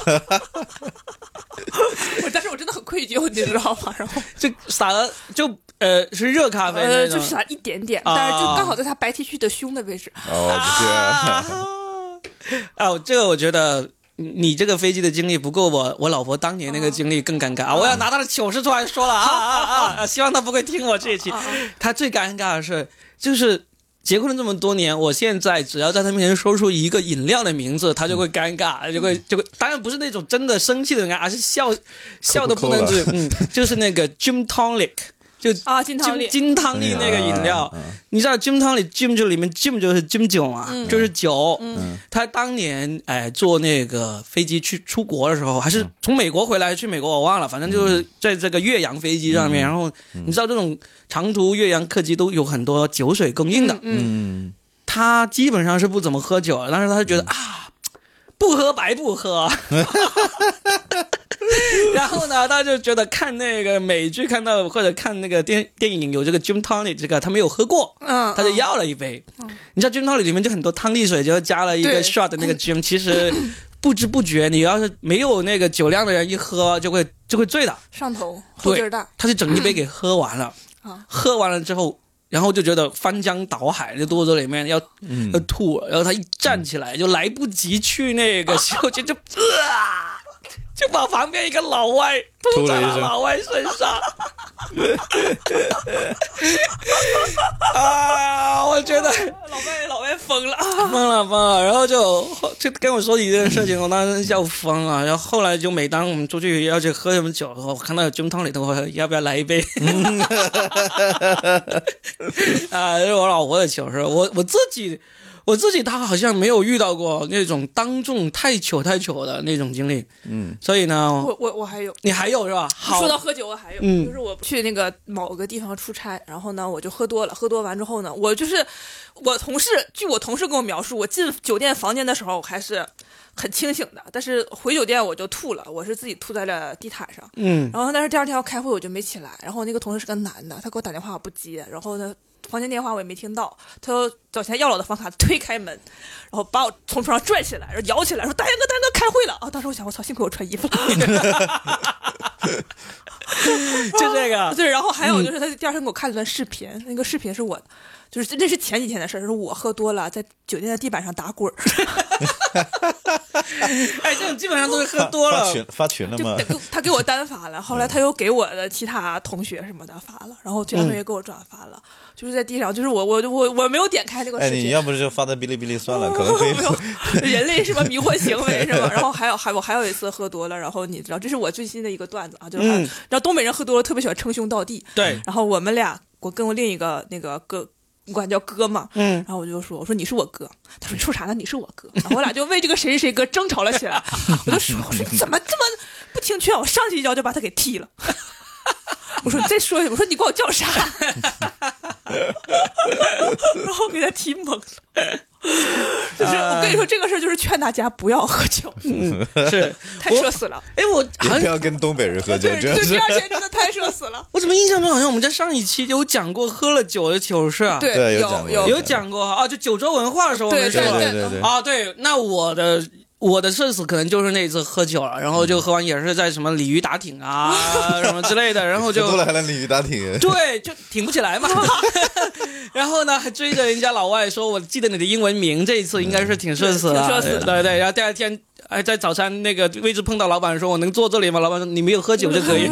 [SPEAKER 2] 我但是我真的很愧疚，你知道吗？然后
[SPEAKER 1] 就洒了，就呃是热咖啡
[SPEAKER 2] 呃，
[SPEAKER 1] 那
[SPEAKER 2] 就
[SPEAKER 1] 种。
[SPEAKER 2] 洒一点点，
[SPEAKER 1] 啊
[SPEAKER 2] 但是就刚好在他白 T 恤的胸的位置，
[SPEAKER 3] 哦，
[SPEAKER 1] 啊
[SPEAKER 3] 天，
[SPEAKER 1] *laughs* 哦，这个我觉得你你这个飞机的经历不够我我老婆当年那个经历更尴尬啊！我要拿她的糗事出来说了啊啊啊啊啊！希望她不会听我这一期
[SPEAKER 2] 啊啊。
[SPEAKER 1] 她最尴尬的是，就是结婚了这么多年，我现在只要在她面前说出一个饮料的名字，她就会尴尬，就
[SPEAKER 2] 嗯
[SPEAKER 1] 会就会，当然不是那种真的生气的尴尬，而是笑笑的不能止。嗯，就是那个 Jim Tonic，就
[SPEAKER 2] 啊，金汤力
[SPEAKER 1] 金金汤力那个饮料，你知道金汤力 Jim 就里面 Jim 就是 Jim 酒嘛，
[SPEAKER 2] 嗯
[SPEAKER 1] 就是酒。他当年哎坐那个飞机去出国的时候，还是从美国回来去美国，我忘了，反正就是在这个岳阳飞机上面。然后你知道这种长途岳阳客机都有很多酒水供应的，
[SPEAKER 3] 嗯，
[SPEAKER 1] 他基本上是不怎么喝酒的，但是他就觉得啊，不喝白不
[SPEAKER 2] *laughs*
[SPEAKER 1] 喝。然后呢，他就觉得看那个美剧看到或者看那个电电影有这个 Jim Tonic 这个他没有喝过，
[SPEAKER 2] 嗯，
[SPEAKER 1] 他就
[SPEAKER 2] 嗯
[SPEAKER 1] 要了一杯。你知道 Jim Tonic 里面就很多汤力水，就加了一个
[SPEAKER 2] 对
[SPEAKER 1] shot 的那个 Jim，其实不知不觉你要是没有那个酒量的人一喝就会就会醉的。
[SPEAKER 2] 上头后劲儿大，
[SPEAKER 1] 他就整一杯给喝完了
[SPEAKER 2] 啊，
[SPEAKER 1] 喝完了之后，然后就觉得翻江倒海，就肚子里面要
[SPEAKER 3] 嗯
[SPEAKER 1] 要吐，然后他一站起来就来不及去那个洗手间，就啊，就把旁边一个老外吐
[SPEAKER 3] 吐
[SPEAKER 1] 在
[SPEAKER 3] 了一
[SPEAKER 1] 了
[SPEAKER 3] 身
[SPEAKER 1] 老外身上， *laughs* 啊，我觉得。
[SPEAKER 2] 老外老外疯
[SPEAKER 1] *laughs*
[SPEAKER 2] 了，
[SPEAKER 1] 疯了疯了，然后就就跟我说起这件事情，我当时笑疯了。然后后来就每当我们出去要去喝什么酒的话，我看到有菌汤里头，我要不要来一杯？ *laughs* 啊，这是我老婆的糗事。我我自己我自己，她好像没有遇到过那种当众太糗太糗的那种经历。嗯，所以呢，
[SPEAKER 2] 我我我还有。
[SPEAKER 1] 你还有是吧？好，
[SPEAKER 2] 说到喝酒，我还有，
[SPEAKER 1] 嗯
[SPEAKER 2] 就是我去那个某个地方出差，然后呢，我就喝多了。喝多完之后呢，我就是我同事，据我同事跟我描述，我进酒店房间的时候，我还是很清醒的，但是回酒店我就吐了，我是自己吐在了地毯上。
[SPEAKER 1] 嗯，
[SPEAKER 2] 然后但是第二天要开会，我就没起来。然后我那个同事是个男的，他给我打电话我不接，然后呢。房间电话我也没听到，他就找前要了我的房卡，推开门，然后把我从床上拽起来，然后摇起来，说：“大杨哥，大杨哥，开会了啊！”当时我想，我操，幸亏我穿衣服了。 *laughs*
[SPEAKER 3] *laughs*
[SPEAKER 1] 就这个。
[SPEAKER 2] *laughs* 对，然后还有
[SPEAKER 3] 嗯
[SPEAKER 2] 就是他第二天给我看了段视频，那个视频是我，就是那是前几天的事儿，是我喝多了在酒店的地板上打滚儿，
[SPEAKER 1] 哎，这种基本上都是喝多
[SPEAKER 3] 发
[SPEAKER 1] 了。
[SPEAKER 3] 群发群了
[SPEAKER 2] 就
[SPEAKER 3] 吗
[SPEAKER 2] 给？他给我单发了，后来他又给我的其他同学什么的发了，然后其他
[SPEAKER 3] 嗯
[SPEAKER 2] 同学给我转发了，就是在地上，就是我我我我没有点开那个
[SPEAKER 3] *laughs* 哎，
[SPEAKER 2] 视
[SPEAKER 3] 你
[SPEAKER 2] 频。
[SPEAKER 3] 要不就发在哔哩哔哩算了，可
[SPEAKER 2] *laughs*
[SPEAKER 3] 能可以
[SPEAKER 2] 没有人类是吧？迷惑行为是
[SPEAKER 3] *laughs*
[SPEAKER 2] 吧？然后还有还有我还有一次喝多了，然后你知道这是我最新的一个段子啊，就是还有、
[SPEAKER 1] 嗯
[SPEAKER 2] 然后东北人喝多了特别喜欢称兄道弟，
[SPEAKER 1] 对，
[SPEAKER 2] 然后我们俩，我跟我另一个那个哥，我管他叫哥嘛，
[SPEAKER 1] 嗯
[SPEAKER 2] 然后我就说，我说你是我哥，他说你说啥呢？你是我哥，然后我俩就为这个谁谁谁哥争吵了起来，我就说，我说你怎么这么不听劝？我上去一 *laughs* 脚就把他给踢了。我说你再说一遍，我说你管我叫啥？ *laughs* 然后给他踢懵了。就是我跟你说，这个事儿就是劝大家不要喝酒，
[SPEAKER 1] 是
[SPEAKER 2] *laughs* 太
[SPEAKER 1] 我
[SPEAKER 2] 社死了。
[SPEAKER 1] 哎，我好
[SPEAKER 3] 也不
[SPEAKER 1] 像
[SPEAKER 3] 要跟东北人喝酒
[SPEAKER 2] 对，，
[SPEAKER 3] 真
[SPEAKER 2] 就
[SPEAKER 3] 的
[SPEAKER 2] 第
[SPEAKER 3] 是。
[SPEAKER 2] 二天真的太社死了。
[SPEAKER 1] 我怎么印象中好像我们在上一期有讲过喝了酒的糗事啊？
[SPEAKER 3] 对有讲
[SPEAKER 2] 有
[SPEAKER 3] 过
[SPEAKER 1] 有讲过啊，就九州文化的时候我
[SPEAKER 2] 对
[SPEAKER 1] 们说
[SPEAKER 3] 对
[SPEAKER 1] 了
[SPEAKER 3] 对
[SPEAKER 2] 对
[SPEAKER 3] 对对，
[SPEAKER 1] 啊，对，那我的我的社死可能就是那一次喝酒了，然后就喝完也是在什么鲤鱼打挺啊什么之类的，然后就
[SPEAKER 3] 过来了鲤鱼打
[SPEAKER 2] *laughs*
[SPEAKER 3] 挺，
[SPEAKER 1] 对就挺不起来嘛，然后呢还追着人家老外说，我记得你的英文名，这一次应该是挺社死
[SPEAKER 2] 挺
[SPEAKER 1] 的，
[SPEAKER 2] 社死
[SPEAKER 1] 对
[SPEAKER 2] 的
[SPEAKER 1] 对对，然后第二天。哎，在早餐那个位置碰到老板说：“我能坐这里吗？”老板说：“你没有喝酒就可
[SPEAKER 2] *laughs*
[SPEAKER 1] 以。”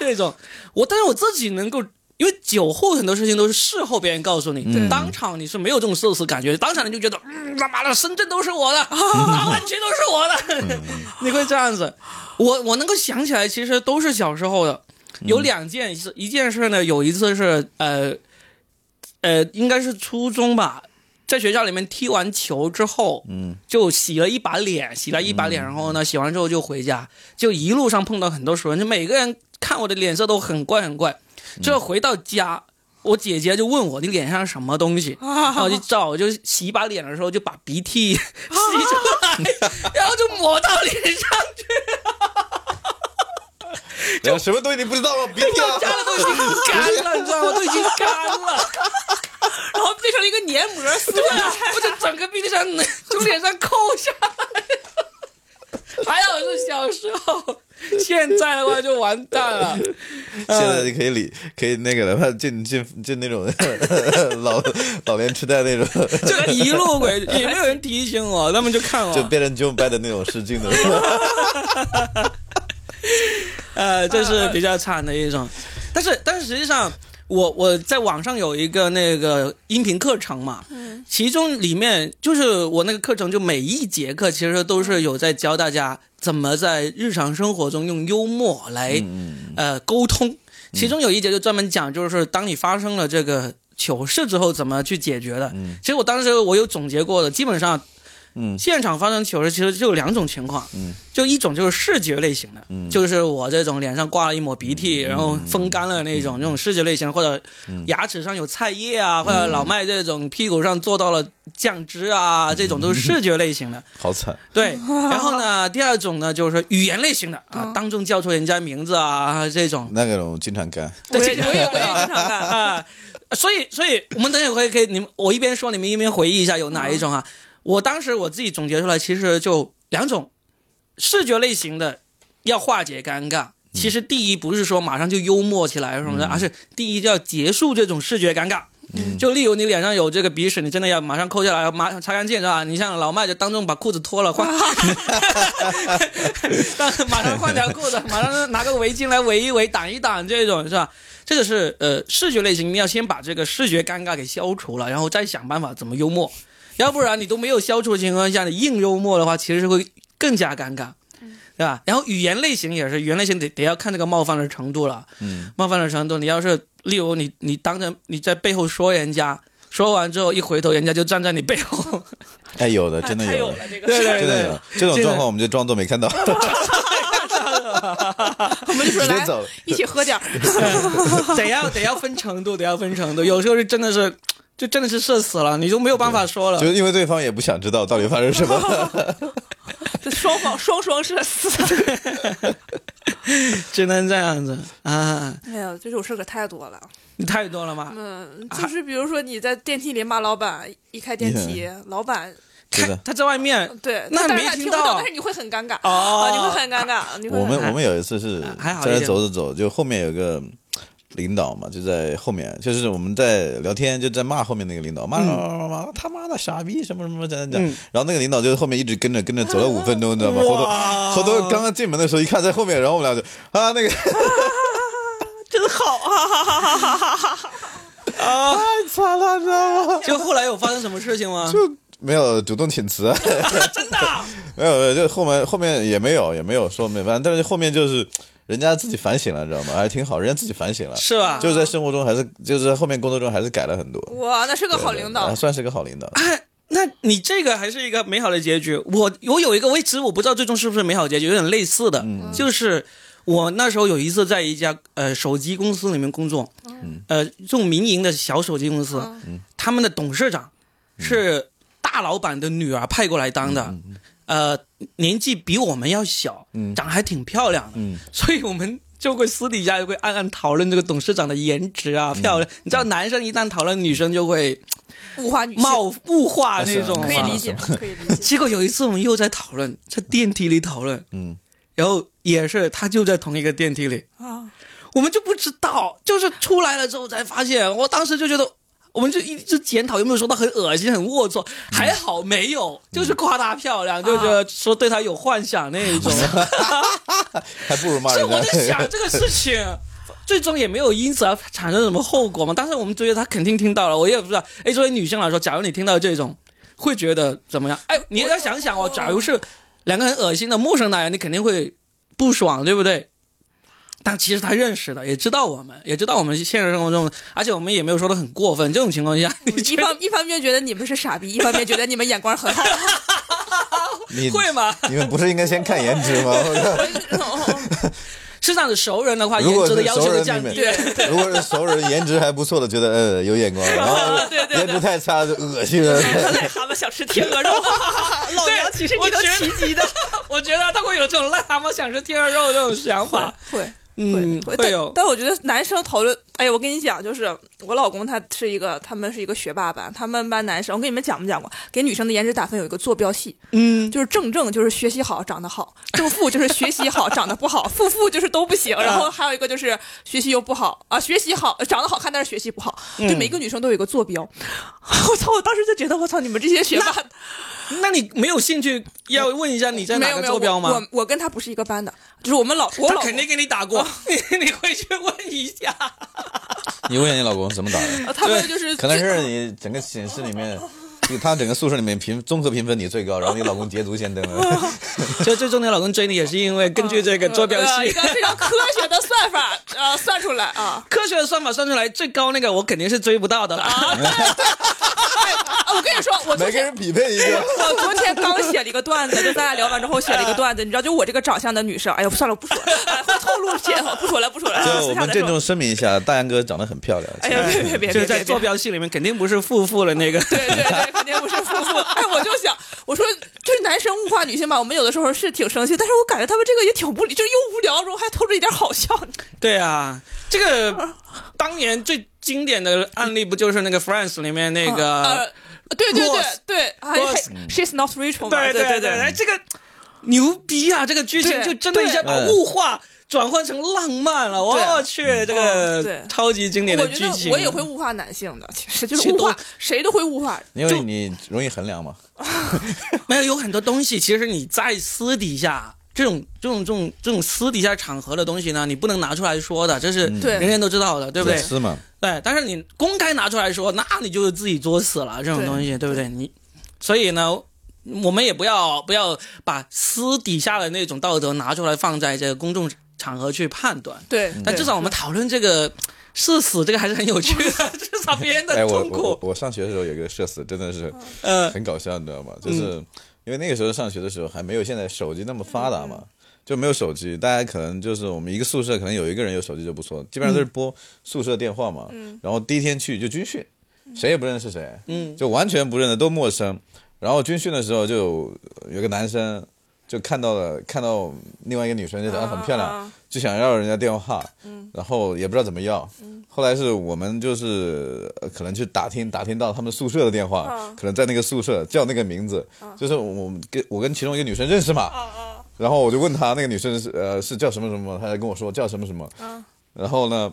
[SPEAKER 1] 这种，我但是我自己能够，因为酒后很多事情都是事后别人告诉你，
[SPEAKER 2] 嗯
[SPEAKER 3] 对
[SPEAKER 1] 当场你是没有这种社死感觉，当场你就觉得，嗯，他妈的，深圳都是我
[SPEAKER 2] *laughs*
[SPEAKER 1] 的，啊大湾区都是我
[SPEAKER 2] 嗯
[SPEAKER 1] 的， *laughs* 你会这样子。我我能够想起来，其实都是小时候的，有两件事，一件事呢，有一次是呃呃，应该是初中吧。在学校里面踢完球之后，嗯，就洗了一把脸，洗了一把脸，然后呢，洗完之后就回家，就一路上碰到很多熟人，就每个人看我的脸色都很怪很怪。最后回到家，我姐姐就问我你脸上什么东西，然
[SPEAKER 2] 啊
[SPEAKER 1] 后我就照，我就洗把脸的时候就把鼻涕 *laughs* 洗出来， *laughs* 然后就抹到脸上去，
[SPEAKER 3] 然哎后什么东西你不知道
[SPEAKER 2] *laughs*
[SPEAKER 3] 吗？鼻涕
[SPEAKER 1] 家
[SPEAKER 3] 啊！
[SPEAKER 1] 了都已经干了，你知道吗？都已经干了。
[SPEAKER 2] 然后变成了一个黏膜撕
[SPEAKER 1] 对
[SPEAKER 2] 下
[SPEAKER 1] 啊
[SPEAKER 2] 来。，
[SPEAKER 1] 我就整个鼻涕上从脸上抠下来。还好是小时候，现在的话就完蛋了。
[SPEAKER 3] *laughs* 现在就可以理，可以那个了，怕进进进那种 *laughs* 老老年痴呆那
[SPEAKER 2] *laughs*
[SPEAKER 3] 种，
[SPEAKER 1] 就呃一路鬼，也没有人提醒我，他们就看
[SPEAKER 3] 就
[SPEAKER 1] 我。
[SPEAKER 3] 变成 Joe b 的那种试镜的。
[SPEAKER 2] *laughs*
[SPEAKER 1] *laughs* 呃，这是比较惨的一种。但是，但是实际上，我我在网上有一个那个音频课程嘛，其中里面就是我那个课程，就每一节课其实都是有在教大家怎么在日常生活中用幽默来、呃沟通。其中有一节就专门讲，就是当你发生了这个糗事之后怎么去解决的。其实我当时我有总结过的，基本上。
[SPEAKER 3] 嗯
[SPEAKER 1] 现场发生糗事其实就有两种情况，
[SPEAKER 3] 嗯，
[SPEAKER 1] 就一种就是视觉类型的，就是我这种脸上挂了一抹鼻涕，然后风干了那种，这种视觉类型，或者牙齿上有菜叶啊，或者老麦这种屁股上坐到了酱汁啊，这种都是视觉类型的。
[SPEAKER 3] 好惨，
[SPEAKER 1] 对，然后呢，第二种呢就是语言类型的啊，当众叫出人家名字啊这种，
[SPEAKER 3] 那个我经常干。
[SPEAKER 2] 我也
[SPEAKER 1] 对
[SPEAKER 2] 我也我也经常干。
[SPEAKER 1] 啊，所以所以我们等一会儿可以，你们我一边说，你们一边回忆一下有哪一种啊？我当时我自己总结出来，其实就两种，视觉类型的要化解尴尬。其实第一不是说马上就幽默起来什么的，而是第一就要结束这种视觉尴尬。就例如你脸上有这个鼻屎，你真的要马上抠下来，马上擦干净，是吧？你像老麦就当众把裤子脱了，换， *laughs* 当马上换条裤子，马上拿个围巾来围一围，挡一挡，这种是吧？这个是呃视觉类型，你要先把这个视觉尴尬给消除了，然后再想办法怎么幽默，要不然你都没有消除的情况下，你硬幽默的话，其实是会更加尴尬。对吧？然后语言类型也是，语言类型得得要看这个冒犯的程度了。
[SPEAKER 3] 嗯，
[SPEAKER 1] 冒犯的程度，你要是例如你你当着你在背后说人家，说完之后一回头，人家就站在你背后，
[SPEAKER 3] 哎，有的，
[SPEAKER 2] 太
[SPEAKER 3] 真的
[SPEAKER 2] 太
[SPEAKER 3] 有
[SPEAKER 2] 有
[SPEAKER 3] 的，
[SPEAKER 2] 了
[SPEAKER 3] *laughs*
[SPEAKER 2] 这个，
[SPEAKER 1] 对对
[SPEAKER 3] 真的
[SPEAKER 1] 对
[SPEAKER 3] 有，这种状况，我们就装作
[SPEAKER 2] *laughs*
[SPEAKER 3] 没看到，
[SPEAKER 2] 我们就说
[SPEAKER 3] 直接
[SPEAKER 2] 来
[SPEAKER 3] 走。
[SPEAKER 2] 一起喝点儿，
[SPEAKER 1] 得要得要分程度，得要分程度。有时候是真的是，就真的是社死了，你就没有办法说了
[SPEAKER 3] 就。是因为对方也不想知道到底发生什么。
[SPEAKER 2] *laughs* 这双方双双社死。
[SPEAKER 1] 只能这样子啊！
[SPEAKER 2] *laughs* 没有，这种事可太多了。
[SPEAKER 1] 你太多了吧？
[SPEAKER 2] 嗯，就是比如说你在电梯里骂老板，一开电梯，老板
[SPEAKER 3] 是
[SPEAKER 1] 看
[SPEAKER 3] 的
[SPEAKER 1] 他在外面
[SPEAKER 2] 对，
[SPEAKER 1] 那
[SPEAKER 2] 但
[SPEAKER 1] 没
[SPEAKER 2] 是他
[SPEAKER 1] 听
[SPEAKER 2] 听不
[SPEAKER 1] 到
[SPEAKER 2] 但是你会很尴尬
[SPEAKER 1] 哦
[SPEAKER 2] 啊，你会很尴尬。你会
[SPEAKER 3] 我们
[SPEAKER 2] 很
[SPEAKER 3] 我们有一次是
[SPEAKER 1] 还好一
[SPEAKER 3] 在
[SPEAKER 1] 点
[SPEAKER 3] 那走着走，就后面有个领导嘛，就在后面，就是我们在聊天，就在骂后面那个领导，骂骂骂骂骂他妈的傻逼什么什么怎样讲，然后那个领导就后面一直跟着跟着走了五分钟，你知道吗？后
[SPEAKER 1] 哇
[SPEAKER 3] 头后头刚刚进门的时候一看在后面，然后我们俩就啊那个
[SPEAKER 2] 真好，哈哈哈哈哈哈哈！
[SPEAKER 1] 啊！
[SPEAKER 3] 太惨了，你知道吗？
[SPEAKER 1] 就后来有发生什么事情吗？
[SPEAKER 3] 就没有主动请辞，
[SPEAKER 1] *laughs* 真的啊
[SPEAKER 3] *laughs* 没有，没有，就后面后面也没有也没有说没办法，但是后面就是人家自己反省了，你知道吗？还挺好，人家自己反省了。
[SPEAKER 1] 是啊吧？
[SPEAKER 3] 就是在生活中还是就是在后面工作中还是改了很多。
[SPEAKER 2] 哇，那是个好
[SPEAKER 3] 对
[SPEAKER 2] 领导
[SPEAKER 3] 啊，算是个好领导。
[SPEAKER 1] 哎，那你这个还是一个
[SPEAKER 3] 嗯
[SPEAKER 1] 美好的结局。我我有一个，我一直我不知道最终是不是美好结局，有点类似的，就是我那时候有一次在一家呃手机公司里面工作，
[SPEAKER 3] 嗯
[SPEAKER 1] 呃，这种民营的小手机公司，
[SPEAKER 2] 嗯
[SPEAKER 1] 他们的董事长
[SPEAKER 3] 嗯
[SPEAKER 1] 是大老板的女儿派过来当的，呃，年纪比我们要小，长得还挺漂亮的，
[SPEAKER 3] 嗯
[SPEAKER 1] 所以我们。就会私底下就会暗暗讨论这个董事长的颜值啊，漂亮。你知道，男生一旦讨论女生，就会
[SPEAKER 2] 物化女性，
[SPEAKER 1] 冒物化那种。啊
[SPEAKER 2] 可以理解，可以理解。
[SPEAKER 1] 结果有一次我们又在讨论，在电梯里讨论，
[SPEAKER 3] 嗯，
[SPEAKER 1] 然后也是他就在同一个电梯里，
[SPEAKER 2] *laughs* *laughs* 啊，
[SPEAKER 1] 我们就不知道，就是出来了之后才发现，我当时就觉得。我们就一直检讨有没有说她很恶心、很龌龊，还好没有，就是夸她漂亮，
[SPEAKER 2] 啊
[SPEAKER 1] 就觉得说对她有幻想那一种。
[SPEAKER 3] 还不如骂
[SPEAKER 1] 所以
[SPEAKER 3] 人
[SPEAKER 1] 我
[SPEAKER 3] 家。 *laughs*
[SPEAKER 1] 在想 *laughs* 这个事情，最终也没有因此而产生什么后果嘛。但是我们觉得她肯定听到了，我也不知道。哎，作为女生来说，假如你听到这种，会觉得怎么样？哎，你要想想哦，假如是两个很恶心的陌生男人，你肯定会不爽，对不对？但其实他认识的，也知道我们，也知道我们现实生活中，而且我们也没有说的很过分。这种情况下，你
[SPEAKER 2] 嗯一
[SPEAKER 1] 觉得
[SPEAKER 2] 方一方面觉得你们是傻逼，一方面觉得你们眼光 *laughs* 很好。
[SPEAKER 3] 你
[SPEAKER 1] 会吗？
[SPEAKER 3] 你们不是应该先看
[SPEAKER 1] *laughs*
[SPEAKER 3] 颜值吗？
[SPEAKER 2] 哦
[SPEAKER 1] 世上的熟人的话，
[SPEAKER 3] 如
[SPEAKER 1] 颜
[SPEAKER 3] 果
[SPEAKER 1] 值的
[SPEAKER 3] 是
[SPEAKER 1] 要
[SPEAKER 3] 熟
[SPEAKER 1] 求
[SPEAKER 3] 人
[SPEAKER 1] 就
[SPEAKER 3] 你
[SPEAKER 1] 降
[SPEAKER 3] 们
[SPEAKER 1] 低。
[SPEAKER 3] 如果是熟人颜值还不错的，觉得呃有眼光，
[SPEAKER 1] *laughs*
[SPEAKER 3] 然后
[SPEAKER 2] 对对对
[SPEAKER 3] 颜值太差就恶心了。
[SPEAKER 2] 癞蛤蟆想吃天 *laughs* 鹅肉，老娘其实 *laughs* 你都奇迹的。
[SPEAKER 1] *laughs* 我觉得他会有这种癞蛤蟆想吃天鹅肉这种想法。
[SPEAKER 2] *laughs* 会。
[SPEAKER 1] 嗯，
[SPEAKER 2] 会
[SPEAKER 1] 会
[SPEAKER 2] 但
[SPEAKER 1] 有。
[SPEAKER 2] 但我觉得男生讨论，哎呀，我跟你讲，就是我老公他是一个，他们是一个学霸班，他们班男生，我跟你们讲没讲过，给女生的颜值打分有一个坐标系，
[SPEAKER 1] 嗯，
[SPEAKER 2] 就是正正就是学习好，长得好；正负就是学习好，长得不好； *laughs* 负负就是都不行。然
[SPEAKER 1] 嗯
[SPEAKER 2] 后还有一个就是学习又不好啊，学习好，长得好看，但是学习不好。
[SPEAKER 1] 嗯
[SPEAKER 2] 对每个女生都有一个坐标。 *laughs* 我操！我当时就觉得，我操，你们这些学霸
[SPEAKER 1] 那你没有兴趣要问一下你在
[SPEAKER 2] 没
[SPEAKER 1] 哪
[SPEAKER 2] 有
[SPEAKER 1] 个
[SPEAKER 2] 没有
[SPEAKER 1] 坐标
[SPEAKER 2] 我
[SPEAKER 1] 吗
[SPEAKER 2] 我？我跟他不是一个班的，就是我们老我
[SPEAKER 1] 他
[SPEAKER 2] 老哦
[SPEAKER 1] 肯定给你打过， *laughs* 你你回去问一
[SPEAKER 2] *laughs*
[SPEAKER 1] 下。
[SPEAKER 3] 你问你老公怎么打的？
[SPEAKER 2] 呃他们就是
[SPEAKER 3] 可能是你整个寝室里面，就他整个宿舍里面评综合评分你最高，然后你老公捷足先登了。
[SPEAKER 1] 就最终你老公追你也是因为根据这个坐标
[SPEAKER 2] 呃一
[SPEAKER 1] 系
[SPEAKER 2] 个，非常科学的算法 *laughs* 呃算出来啊。
[SPEAKER 1] 科学的算法算出来最高那个我肯定是追不到的了。
[SPEAKER 2] 啊，我跟你说，我昨
[SPEAKER 3] 每个
[SPEAKER 2] 天
[SPEAKER 3] 人匹配
[SPEAKER 2] *laughs*
[SPEAKER 3] 一个。
[SPEAKER 2] 我昨天刚写了一个段子，就咱俩聊完之后写了一个段子，你知道，就我这个长相的女生，哎呦，算了，不说了，哎会透露些，不说了，不说了，
[SPEAKER 3] 就我
[SPEAKER 2] 私下
[SPEAKER 3] 们
[SPEAKER 2] 再
[SPEAKER 3] 郑
[SPEAKER 2] 说。
[SPEAKER 3] 重声明一下，大杨哥长得很漂亮。
[SPEAKER 2] 哎呀，别别别，
[SPEAKER 1] *laughs* 就是
[SPEAKER 2] 别
[SPEAKER 1] 在
[SPEAKER 2] 别
[SPEAKER 1] 坐
[SPEAKER 2] 别。
[SPEAKER 1] 标系里面肯定不是负负的那个。
[SPEAKER 2] 对对对，肯定不是夫妇。哎，我就想，我说就是男生物化女性吧，我们有的时候是挺生气，但是我感觉他们这个也挺无理，就是又无聊，然后还透着一点好笑。
[SPEAKER 1] *laughs* 对啊，这个当年最经典的案例不就是那个 Friends 里面那个
[SPEAKER 2] 呃，对对对
[SPEAKER 1] Ross
[SPEAKER 2] 对，啊
[SPEAKER 1] Ross
[SPEAKER 2] ，She's not Rachel 嘛，
[SPEAKER 1] 对
[SPEAKER 2] 对
[SPEAKER 1] 对
[SPEAKER 2] 对
[SPEAKER 1] 哎，，这个牛逼啊！这个剧情
[SPEAKER 2] 对
[SPEAKER 1] 就真的一下把
[SPEAKER 3] 对
[SPEAKER 1] 物化转换成浪漫了。我去，这
[SPEAKER 2] 嗯对
[SPEAKER 1] 个超级经典
[SPEAKER 2] 我
[SPEAKER 1] 的
[SPEAKER 2] 觉
[SPEAKER 1] 剧
[SPEAKER 2] 得
[SPEAKER 1] 情，
[SPEAKER 2] 我也会。物化男性的，其实就
[SPEAKER 1] 其
[SPEAKER 2] 是
[SPEAKER 1] 实
[SPEAKER 2] 物
[SPEAKER 1] 都
[SPEAKER 2] 化，谁都会物化。
[SPEAKER 3] 因为你容易衡量嘛，
[SPEAKER 1] 没有有很多东西，其实你在私底下。这种这种这种这种私底下场合的东西呢，你不能拿出来说的，这是
[SPEAKER 2] 嗯对
[SPEAKER 1] 人人都知道的，对不对
[SPEAKER 3] 隐？私嘛。
[SPEAKER 1] 对，但是你公开拿出来说，那你就是自己作死了，这种
[SPEAKER 2] 对
[SPEAKER 1] 东西，对不对？你，所以呢，我们也不要不要把私底下的那种道德拿出来放在这个公众场合去判断。
[SPEAKER 2] 对，
[SPEAKER 1] 但
[SPEAKER 2] 对
[SPEAKER 1] 至少我们讨论这个是死，这个还是很有趣的，至少别人的
[SPEAKER 3] 哎，我
[SPEAKER 1] 痛
[SPEAKER 3] 我我
[SPEAKER 1] 苦，
[SPEAKER 3] 我上学的时候有一个社死，真的是
[SPEAKER 1] 呃，
[SPEAKER 3] 很搞笑，你知道吗？就是因为那个时候上学的时候还没有现在手机那么发达嘛，就没有手机，大家可能就是我们一个宿舍可能有一个人有手机就不错，基本上都是拨宿舍电话嘛。然后第一天去就军训，谁也不认识谁，
[SPEAKER 2] 嗯
[SPEAKER 3] 就完全不认得，都陌生。然后军训的时候就有有个男生就看到了看到另外一个女生就长得很漂亮，
[SPEAKER 2] 啊嗯
[SPEAKER 3] 就想要人家电话，然后也不知道怎么要。后来是我们就是呃可能去打听打听到他们宿舍的电话，
[SPEAKER 2] 啊
[SPEAKER 3] 可能在那个宿舍叫那个名字，就是我们跟我跟其中一个女生认识嘛，
[SPEAKER 2] 啊
[SPEAKER 3] 然后我就问她那个女生是呃是叫什么什么，她才跟我说叫什么什么，
[SPEAKER 2] 啊
[SPEAKER 3] 然后呢。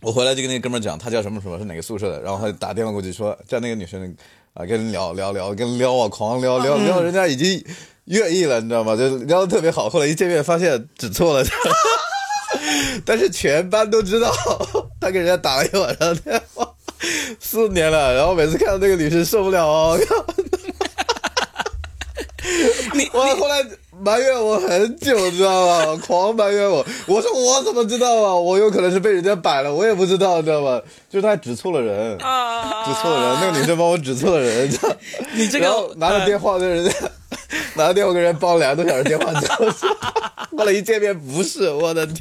[SPEAKER 3] 我回来就跟那哥们儿讲，他叫什么什么，是哪个宿舍的，然后他就打电话过去说，叫那个女生啊，跟人聊聊聊，跟撩啊，狂撩撩撩，人家已经愿意了，你知道吗？就聊得特别好，后来一见面发现指错了，但是全班都知道 *laughs* 他给人家打了一晚上电话，四年了，然后每次看到那个女生受不了哦，
[SPEAKER 1] *laughs* 你
[SPEAKER 3] 我后来埋怨我很久，知道吗？狂埋怨我，我说我怎么知道啊？我有可能是被人家摆了，我也不知道，知道吗？就是他指错了人，指
[SPEAKER 2] 啊，
[SPEAKER 3] 错了人，
[SPEAKER 2] *laughs*
[SPEAKER 3] 那个女生帮我指错了人，知道吗
[SPEAKER 1] *laughs* 你这
[SPEAKER 3] 然后
[SPEAKER 1] 个嗯
[SPEAKER 3] 拿着电话跟人家，拿着电话跟人家包两个多小时电话，知道吗后来 *laughs* 一见面不是，我的天，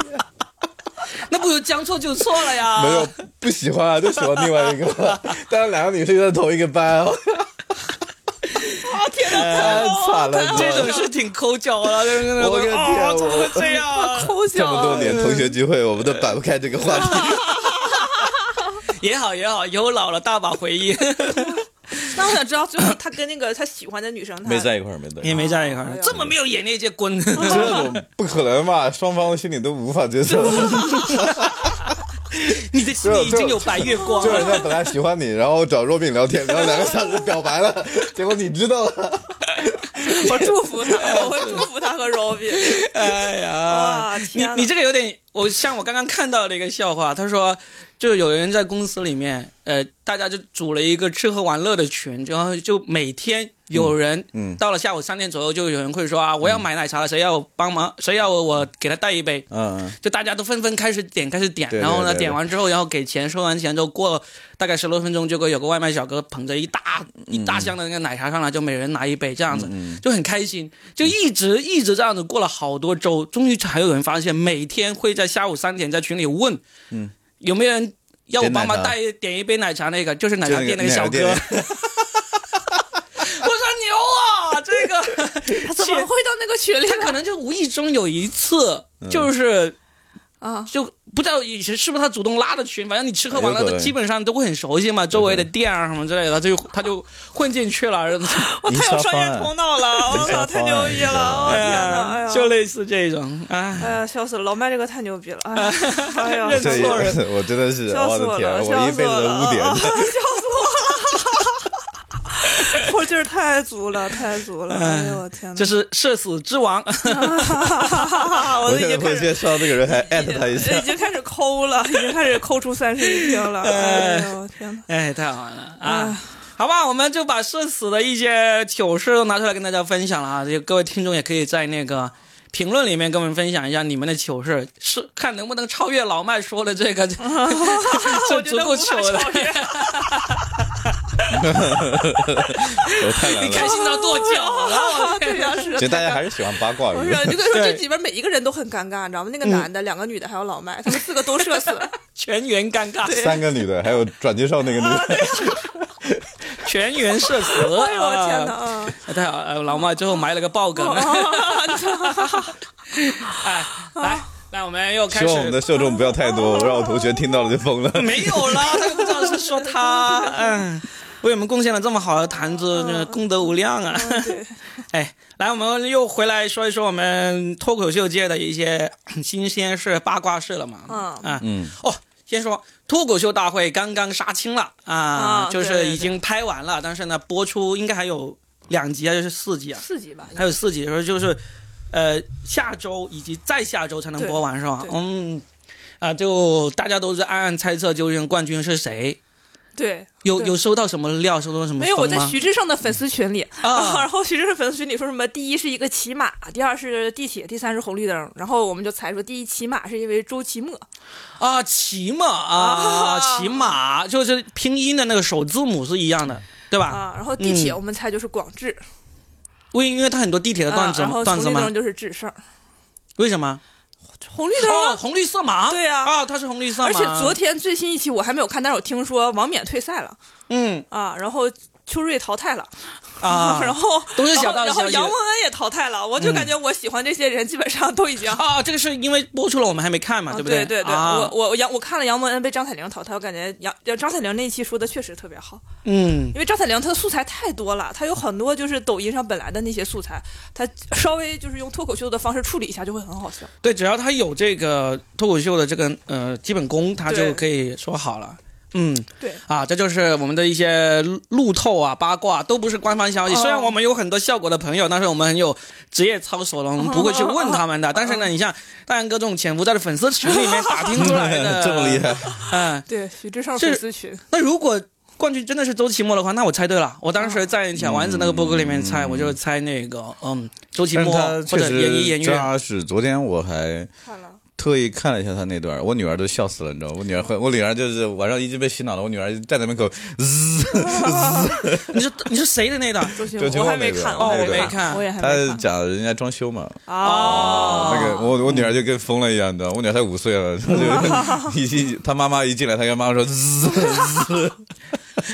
[SPEAKER 1] 那不如将错就错了呀。
[SPEAKER 3] 没有不喜欢啊，就喜欢另外一个，但是两个女生在同一个班，
[SPEAKER 2] 啊天哪，
[SPEAKER 3] 太惨了，
[SPEAKER 1] 呃这种是挺抠脚了，这个
[SPEAKER 3] 我的天
[SPEAKER 1] 哦
[SPEAKER 3] 我
[SPEAKER 1] 怎么会这
[SPEAKER 3] *laughs*
[SPEAKER 1] 样？
[SPEAKER 2] 抠
[SPEAKER 3] 这么多
[SPEAKER 2] 脚，
[SPEAKER 3] 年同学聚会，我们都摆不开这个话题。
[SPEAKER 1] 也好也好，以后老了大把回忆。
[SPEAKER 2] 那我想知道，最后他跟那个他喜欢的女生，他
[SPEAKER 3] 没在一块儿，没在一块
[SPEAKER 1] 也
[SPEAKER 3] 儿，
[SPEAKER 1] 没在一块儿
[SPEAKER 2] 哎，呀
[SPEAKER 1] 这么没有眼力见滚！
[SPEAKER 3] *laughs* 这种不可能吧？双方的心里都无法接受。
[SPEAKER 1] *laughs* 你的心里已经有白月光
[SPEAKER 3] 就人
[SPEAKER 1] 了。
[SPEAKER 3] 家本来喜欢你，然后找若饼聊天，聊两个小时表白了，结果你知道了，
[SPEAKER 2] 我祝福他，我会祝福他和 Robin。
[SPEAKER 1] 哎呀
[SPEAKER 2] 哇，
[SPEAKER 1] 你
[SPEAKER 2] 天啊哪
[SPEAKER 1] 你这个有点，我像我刚刚看到的一个笑话，他说，就有人在公司里面，呃，大家就组了一个吃喝玩乐的群，然后就每天有人，
[SPEAKER 3] 嗯嗯
[SPEAKER 1] 到了下午三点左右，就有人会说啊，我要买奶茶了，谁要帮忙，谁要我给他带一杯。
[SPEAKER 3] 嗯，
[SPEAKER 1] 就大家都纷纷开始点，开始点，
[SPEAKER 3] 对对
[SPEAKER 1] 然后呢，
[SPEAKER 3] 对对
[SPEAKER 1] 点完之后，然后给钱，收完钱之后，过大概十多分钟，结果有个外卖小哥捧着一大、一大箱的那个奶茶上来，就每人拿一杯，这
[SPEAKER 3] 嗯
[SPEAKER 1] 样子、就很开心，就一直一直这样子过了好多周，终于还有人发现，每天会在下午三点在群里问，
[SPEAKER 3] 嗯，
[SPEAKER 1] 有没有人要我帮忙
[SPEAKER 3] 点奶
[SPEAKER 1] 带点一杯奶茶？那个就是奶
[SPEAKER 3] 就
[SPEAKER 1] 茶
[SPEAKER 3] 那个
[SPEAKER 1] 店那个小哥， *laughs*
[SPEAKER 3] 奶 *laughs*
[SPEAKER 1] 我说牛啊，这个。
[SPEAKER 2] 他怎么会到那个群里
[SPEAKER 1] 他可能就无意中有一次，就是
[SPEAKER 2] 啊？
[SPEAKER 1] 就不知道以前是不是他主动拉的群，反正你吃喝玩乐
[SPEAKER 3] 有可
[SPEAKER 1] 的
[SPEAKER 3] 能
[SPEAKER 1] 基本上都会很熟悉嘛，周围的店啊什么之类的，他就他就混进去了，然后
[SPEAKER 2] 我
[SPEAKER 3] 营
[SPEAKER 2] 太有
[SPEAKER 3] 销
[SPEAKER 2] 商
[SPEAKER 3] 方
[SPEAKER 2] 业
[SPEAKER 3] 案
[SPEAKER 2] 头脑了，我
[SPEAKER 3] 营销
[SPEAKER 2] 靠，太
[SPEAKER 3] 方
[SPEAKER 2] 牛
[SPEAKER 3] 案
[SPEAKER 2] 逼
[SPEAKER 3] 营销
[SPEAKER 2] 了！我
[SPEAKER 3] 方
[SPEAKER 2] 天
[SPEAKER 3] 案
[SPEAKER 2] 哪，哎
[SPEAKER 1] *laughs*
[SPEAKER 2] 呀，
[SPEAKER 1] 就类似这种，哎，
[SPEAKER 2] 哎呀，笑死了！老麦这个太牛逼了，哎呀，哎呀，
[SPEAKER 1] 认
[SPEAKER 2] 笑
[SPEAKER 1] 错
[SPEAKER 3] 这
[SPEAKER 2] 死
[SPEAKER 1] 人
[SPEAKER 2] 我了，
[SPEAKER 3] *laughs* 我真的是，
[SPEAKER 2] 笑
[SPEAKER 3] 我
[SPEAKER 2] 死
[SPEAKER 3] 的
[SPEAKER 2] 我
[SPEAKER 3] 天，
[SPEAKER 2] 了，
[SPEAKER 3] 我一辈子的
[SPEAKER 2] *laughs*
[SPEAKER 3] 污
[SPEAKER 2] 啊啊
[SPEAKER 3] 点。
[SPEAKER 2] 笑死 *laughs* 我了！我劲儿太足了，太足了！哎呦，我天哪！
[SPEAKER 1] 这是社死之王，
[SPEAKER 2] 我
[SPEAKER 3] 我
[SPEAKER 2] 都已
[SPEAKER 3] 现在
[SPEAKER 2] 经开
[SPEAKER 3] 会
[SPEAKER 2] 始
[SPEAKER 3] 介绍这个人，还艾特他一下
[SPEAKER 2] 已。经开始抠了，已经开始抠出三室一厅了。哎呦， *laughs* 天哪！
[SPEAKER 1] *laughs* 哎，太好玩了
[SPEAKER 2] 哎
[SPEAKER 1] 啊！好吧，我们就把社死的一些糗事都拿出来跟大家分享了啊！就各位听众也可以在那个评论里面跟我们分享一下你们的糗事，是看能不能超越老麦说的
[SPEAKER 2] *laughs*
[SPEAKER 1] 这个， *laughs* 这这足够糗了。
[SPEAKER 3] 我太难
[SPEAKER 1] 你开
[SPEAKER 3] 了。
[SPEAKER 1] 心到跺脚
[SPEAKER 2] *laughs*
[SPEAKER 1] 了，我
[SPEAKER 2] 对呀，是
[SPEAKER 3] 其实大家还是喜欢八卦
[SPEAKER 2] 不
[SPEAKER 3] 娱
[SPEAKER 2] 是
[SPEAKER 3] 乐，，
[SPEAKER 2] 你跟你说这里边每一个人都很尴尬，你知道吗？那个男的、
[SPEAKER 3] 嗯
[SPEAKER 2] 两个女的，还有老麦，他们四个都社死
[SPEAKER 3] *laughs*
[SPEAKER 2] 了。
[SPEAKER 1] 全员尴尬，
[SPEAKER 3] 三个女的，还有转介绍那个女
[SPEAKER 1] 啊
[SPEAKER 3] 的，
[SPEAKER 1] 全员社死。
[SPEAKER 2] 哎呦，我天哪！嗯哦
[SPEAKER 1] 啊！
[SPEAKER 2] 啊
[SPEAKER 1] 太好了，老麦最后埋了个爆梗。哎，来，来，我们又
[SPEAKER 3] 希
[SPEAKER 1] 开
[SPEAKER 3] 望我们
[SPEAKER 1] *laughs*
[SPEAKER 3] 的
[SPEAKER 1] 始。
[SPEAKER 3] 受众不要太多，让我同学听到了就疯了。
[SPEAKER 1] 没有啦，他又不知道是说
[SPEAKER 2] *laughs*
[SPEAKER 1] 他，嗯，为我们贡献了这么好的谈
[SPEAKER 2] 哦
[SPEAKER 1] 资，真的功德无量啊！
[SPEAKER 2] *laughs* 对，
[SPEAKER 1] *laughs* 哎，来，我们又回来说一说我们脱口秀界的一些新鲜事、八卦事了嘛？
[SPEAKER 2] 嗯
[SPEAKER 1] 啊，嗯，哦，先说脱口秀大会刚刚杀青了啊，
[SPEAKER 2] 啊
[SPEAKER 1] 就
[SPEAKER 2] 对
[SPEAKER 1] 是
[SPEAKER 2] 对
[SPEAKER 1] 已经拍完了，但是呢，播出应该还有两集还是四集啊？
[SPEAKER 2] *laughs* 四级吧。
[SPEAKER 1] 还有四集，说就是，呃，下周以及再下周才能播完是吧
[SPEAKER 2] 对？对
[SPEAKER 1] 嗯，啊、就大家都是暗暗猜测究竟冠军是谁，
[SPEAKER 2] 对，
[SPEAKER 1] 有
[SPEAKER 2] 对
[SPEAKER 1] 有收到什么料，收到什么
[SPEAKER 2] 没有，我
[SPEAKER 1] 风
[SPEAKER 2] 在
[SPEAKER 1] 吗？
[SPEAKER 2] 徐志胜的粉丝群里，
[SPEAKER 1] 啊
[SPEAKER 2] *laughs* 然后徐志胜粉丝群里说什么？第一是一个骑马，第二是地铁，第三是红绿灯。然后我们就猜出第一骑马是因为周奇墨，
[SPEAKER 1] 啊，骑嘛啊，
[SPEAKER 2] 啊
[SPEAKER 1] 骑马就是拼音的那个首字母是一样的，对吧？
[SPEAKER 2] 啊，然后地铁
[SPEAKER 1] 嗯
[SPEAKER 2] 我们猜就是广智，
[SPEAKER 1] 为因为它很多地铁的
[SPEAKER 2] 啊
[SPEAKER 1] 段，子、
[SPEAKER 2] 然后
[SPEAKER 1] 段
[SPEAKER 2] 红
[SPEAKER 1] 子
[SPEAKER 2] 绿
[SPEAKER 1] 嘛
[SPEAKER 2] 灯，就是智胜，
[SPEAKER 1] 为什么？
[SPEAKER 2] 红绿灯
[SPEAKER 1] 哦，
[SPEAKER 2] 啊。
[SPEAKER 1] 红绿色盲，
[SPEAKER 2] 对啊
[SPEAKER 1] 啊，它是红绿色盲。
[SPEAKER 2] 而且昨天最新一期我还没有看，但是我听说王冕退赛了
[SPEAKER 1] 嗯
[SPEAKER 2] 啊，然后邱瑞淘汰了，
[SPEAKER 1] 啊
[SPEAKER 2] *laughs* 然后
[SPEAKER 1] 都是小
[SPEAKER 2] 然
[SPEAKER 1] 道
[SPEAKER 2] 后然后
[SPEAKER 1] 消息
[SPEAKER 2] 杨蒙恩也淘汰了，我就感觉我喜欢这些人基本上都已经。
[SPEAKER 1] 啊，这个是因为播出了，我们还没看嘛，
[SPEAKER 2] 啊
[SPEAKER 1] 不
[SPEAKER 2] 对
[SPEAKER 1] 对
[SPEAKER 2] 对，
[SPEAKER 1] 啊、
[SPEAKER 2] 我我我杨我看了杨蒙恩被张彩玲淘汰，我感觉杨张彩玲那一期说的确实特别好，
[SPEAKER 1] 嗯。
[SPEAKER 2] 因为张彩玲她的素材太多了，她有很多就是抖音上本来的那些素材，她稍微就是用脱口秀的方式处理一下就会很好笑。
[SPEAKER 1] 对，只要他有这个脱口秀的这个呃基本功，他
[SPEAKER 2] 对
[SPEAKER 1] 就可以说好了。嗯
[SPEAKER 2] 对，
[SPEAKER 1] 啊，这就是我们的一些路路透啊、八卦，都不是官方消息。
[SPEAKER 2] 哦
[SPEAKER 1] 虽然我们有很多效果的朋友，但是我们很有职业操守了，我们不会
[SPEAKER 2] *laughs*
[SPEAKER 1] 去问他们的。但是呢，你像大杨哥这种潜伏在粉丝群里面打听出来的，
[SPEAKER 3] *laughs* 这么厉
[SPEAKER 1] *laughs*
[SPEAKER 3] 害，
[SPEAKER 1] 嗯，
[SPEAKER 2] 对，许志胜
[SPEAKER 1] 这
[SPEAKER 2] 粉丝群，
[SPEAKER 1] 那如果冠军真的是周奇墨的话，那我猜对了。我当时在小丸子那个播客里面猜，我就猜那个嗯周奇
[SPEAKER 3] 但是
[SPEAKER 1] 墨
[SPEAKER 3] 他
[SPEAKER 1] 或
[SPEAKER 3] 确
[SPEAKER 1] 者演艺
[SPEAKER 3] 实
[SPEAKER 1] 演员。
[SPEAKER 3] 扎实。昨天我还
[SPEAKER 2] *laughs* 看了
[SPEAKER 3] 特意看了一下他那段，我女儿都笑死了，你知道吗？我女儿会，我女儿就是晚上一直被洗脑了，我女儿站在门口滋，
[SPEAKER 1] 你是你是谁的那档？
[SPEAKER 2] 周迅
[SPEAKER 3] 周，迅
[SPEAKER 2] 我还
[SPEAKER 3] 那
[SPEAKER 2] 没
[SPEAKER 3] 个
[SPEAKER 2] 看，
[SPEAKER 3] 哦
[SPEAKER 2] 还
[SPEAKER 3] 我没
[SPEAKER 1] 看
[SPEAKER 2] 我也还没
[SPEAKER 3] 她
[SPEAKER 2] 看。
[SPEAKER 3] 讲人家装修嘛，
[SPEAKER 2] *laughs* 哦，
[SPEAKER 3] 那个我我女儿就跟疯了一样，你知道吗，我女儿才五岁了，她
[SPEAKER 1] *laughs*
[SPEAKER 3] *laughs* 就一进她妈妈一进来，她跟妈妈说 *laughs* 滋，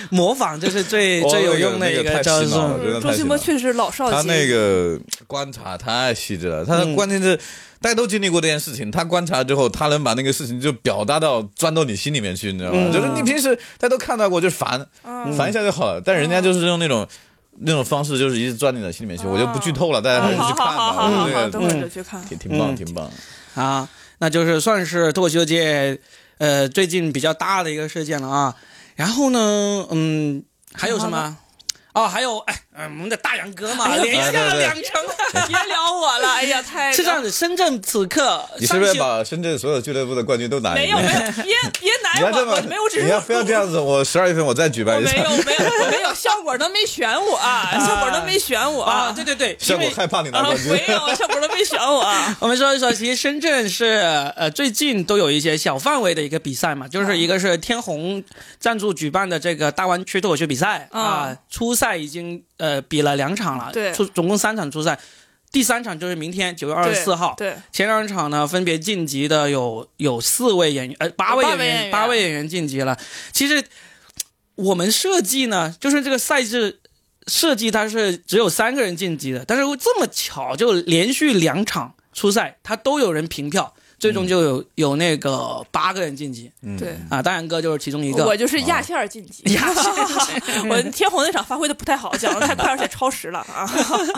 [SPEAKER 1] 模仿这是最
[SPEAKER 3] *laughs* 哦
[SPEAKER 1] 最有用
[SPEAKER 3] 那
[SPEAKER 1] 的一
[SPEAKER 3] 个太
[SPEAKER 1] 招
[SPEAKER 3] 洗脑
[SPEAKER 1] 数
[SPEAKER 3] 了，。真的
[SPEAKER 2] 嗯周
[SPEAKER 3] 太洗
[SPEAKER 2] 迅
[SPEAKER 3] 脑
[SPEAKER 2] 波
[SPEAKER 3] 了。
[SPEAKER 2] 确实是老少
[SPEAKER 3] 他
[SPEAKER 2] 皆
[SPEAKER 3] 那
[SPEAKER 2] 宜。
[SPEAKER 3] 个观察太细致了，他的
[SPEAKER 1] 嗯
[SPEAKER 3] 关键是、大家都经历过这件事情，他观察之后，他能把那个事情就表达到钻到你心里面去，你知道
[SPEAKER 2] 嗯
[SPEAKER 3] 吗？就是你平时大家都看到过，就是烦、烦一下就好了，但人家就是用那种。那种方式就是一直钻进你的心里面去，我就不剧透了，大家还是
[SPEAKER 2] 好
[SPEAKER 3] 去看
[SPEAKER 2] 好嗯好好
[SPEAKER 3] 吧。
[SPEAKER 2] 好好，
[SPEAKER 3] 这
[SPEAKER 2] 等
[SPEAKER 3] 个
[SPEAKER 2] 会儿就去看。
[SPEAKER 3] 挺挺棒，挺棒。
[SPEAKER 1] 啊，那就是算是脱口秀界呃最近比较大的一个事件了啊。然后呢，嗯，还有什么？哦，还有哎，呃我们的大杨哥嘛，连
[SPEAKER 3] 哎对
[SPEAKER 1] 下
[SPEAKER 3] 对
[SPEAKER 1] 两城。
[SPEAKER 2] *laughs* 别聊我了，哎呀，太
[SPEAKER 1] 是这样子，深圳此刻
[SPEAKER 3] 你是不
[SPEAKER 1] 上
[SPEAKER 3] 是
[SPEAKER 1] 线
[SPEAKER 3] 把深圳所有俱乐部的冠军都拿一
[SPEAKER 2] 没有
[SPEAKER 3] 遍？
[SPEAKER 2] 没 *laughs* 有，别别
[SPEAKER 3] 你要
[SPEAKER 2] 难
[SPEAKER 3] 这
[SPEAKER 2] 我，
[SPEAKER 3] 么
[SPEAKER 2] 我，没有，我只是
[SPEAKER 3] 你要非要这样子，我十二月份我再举
[SPEAKER 2] 我
[SPEAKER 3] 办一
[SPEAKER 2] 没有
[SPEAKER 3] 场。
[SPEAKER 2] 没有没有，效果都没选我，
[SPEAKER 1] *laughs*
[SPEAKER 2] 啊效果都没选我
[SPEAKER 1] 啊？对对对，
[SPEAKER 3] 效
[SPEAKER 1] 因
[SPEAKER 3] 果
[SPEAKER 1] 为
[SPEAKER 3] 害怕你拿
[SPEAKER 2] 啊
[SPEAKER 3] 冠军
[SPEAKER 2] 没。有，效果都没选我。啊
[SPEAKER 1] *laughs* 我们说一说，其实深圳是呃最近都有一些小范围的一个比赛嘛，就是一个是天虹赞助举办的这个大湾区脱口秀比赛
[SPEAKER 2] 嗯
[SPEAKER 1] 啊、初赛已经呃比了两场了，
[SPEAKER 2] 对
[SPEAKER 1] 初总共三场初赛，第三场就是明天九月二十
[SPEAKER 2] 对
[SPEAKER 1] 四号。
[SPEAKER 2] 对，
[SPEAKER 1] 前两场呢，分别晋级的有有四位演员，呃，八位演员，
[SPEAKER 2] 八
[SPEAKER 1] 八
[SPEAKER 2] 位
[SPEAKER 1] 位
[SPEAKER 2] 演员
[SPEAKER 1] 演员晋级了。其实我们设计呢，就是这个赛制设计它是只有三个人晋级的，但是这么巧就连续两场初赛，它都有人平票，最终就有、有那个八个人晋级
[SPEAKER 3] 嗯
[SPEAKER 2] 对
[SPEAKER 1] 啊，大然哥就是其中一
[SPEAKER 2] 我
[SPEAKER 1] 个。啊
[SPEAKER 2] 就是压线儿晋级。
[SPEAKER 1] 压
[SPEAKER 2] *laughs* 我天虹那场发挥的不太好，讲的太快，而且超时了啊。
[SPEAKER 1] *laughs*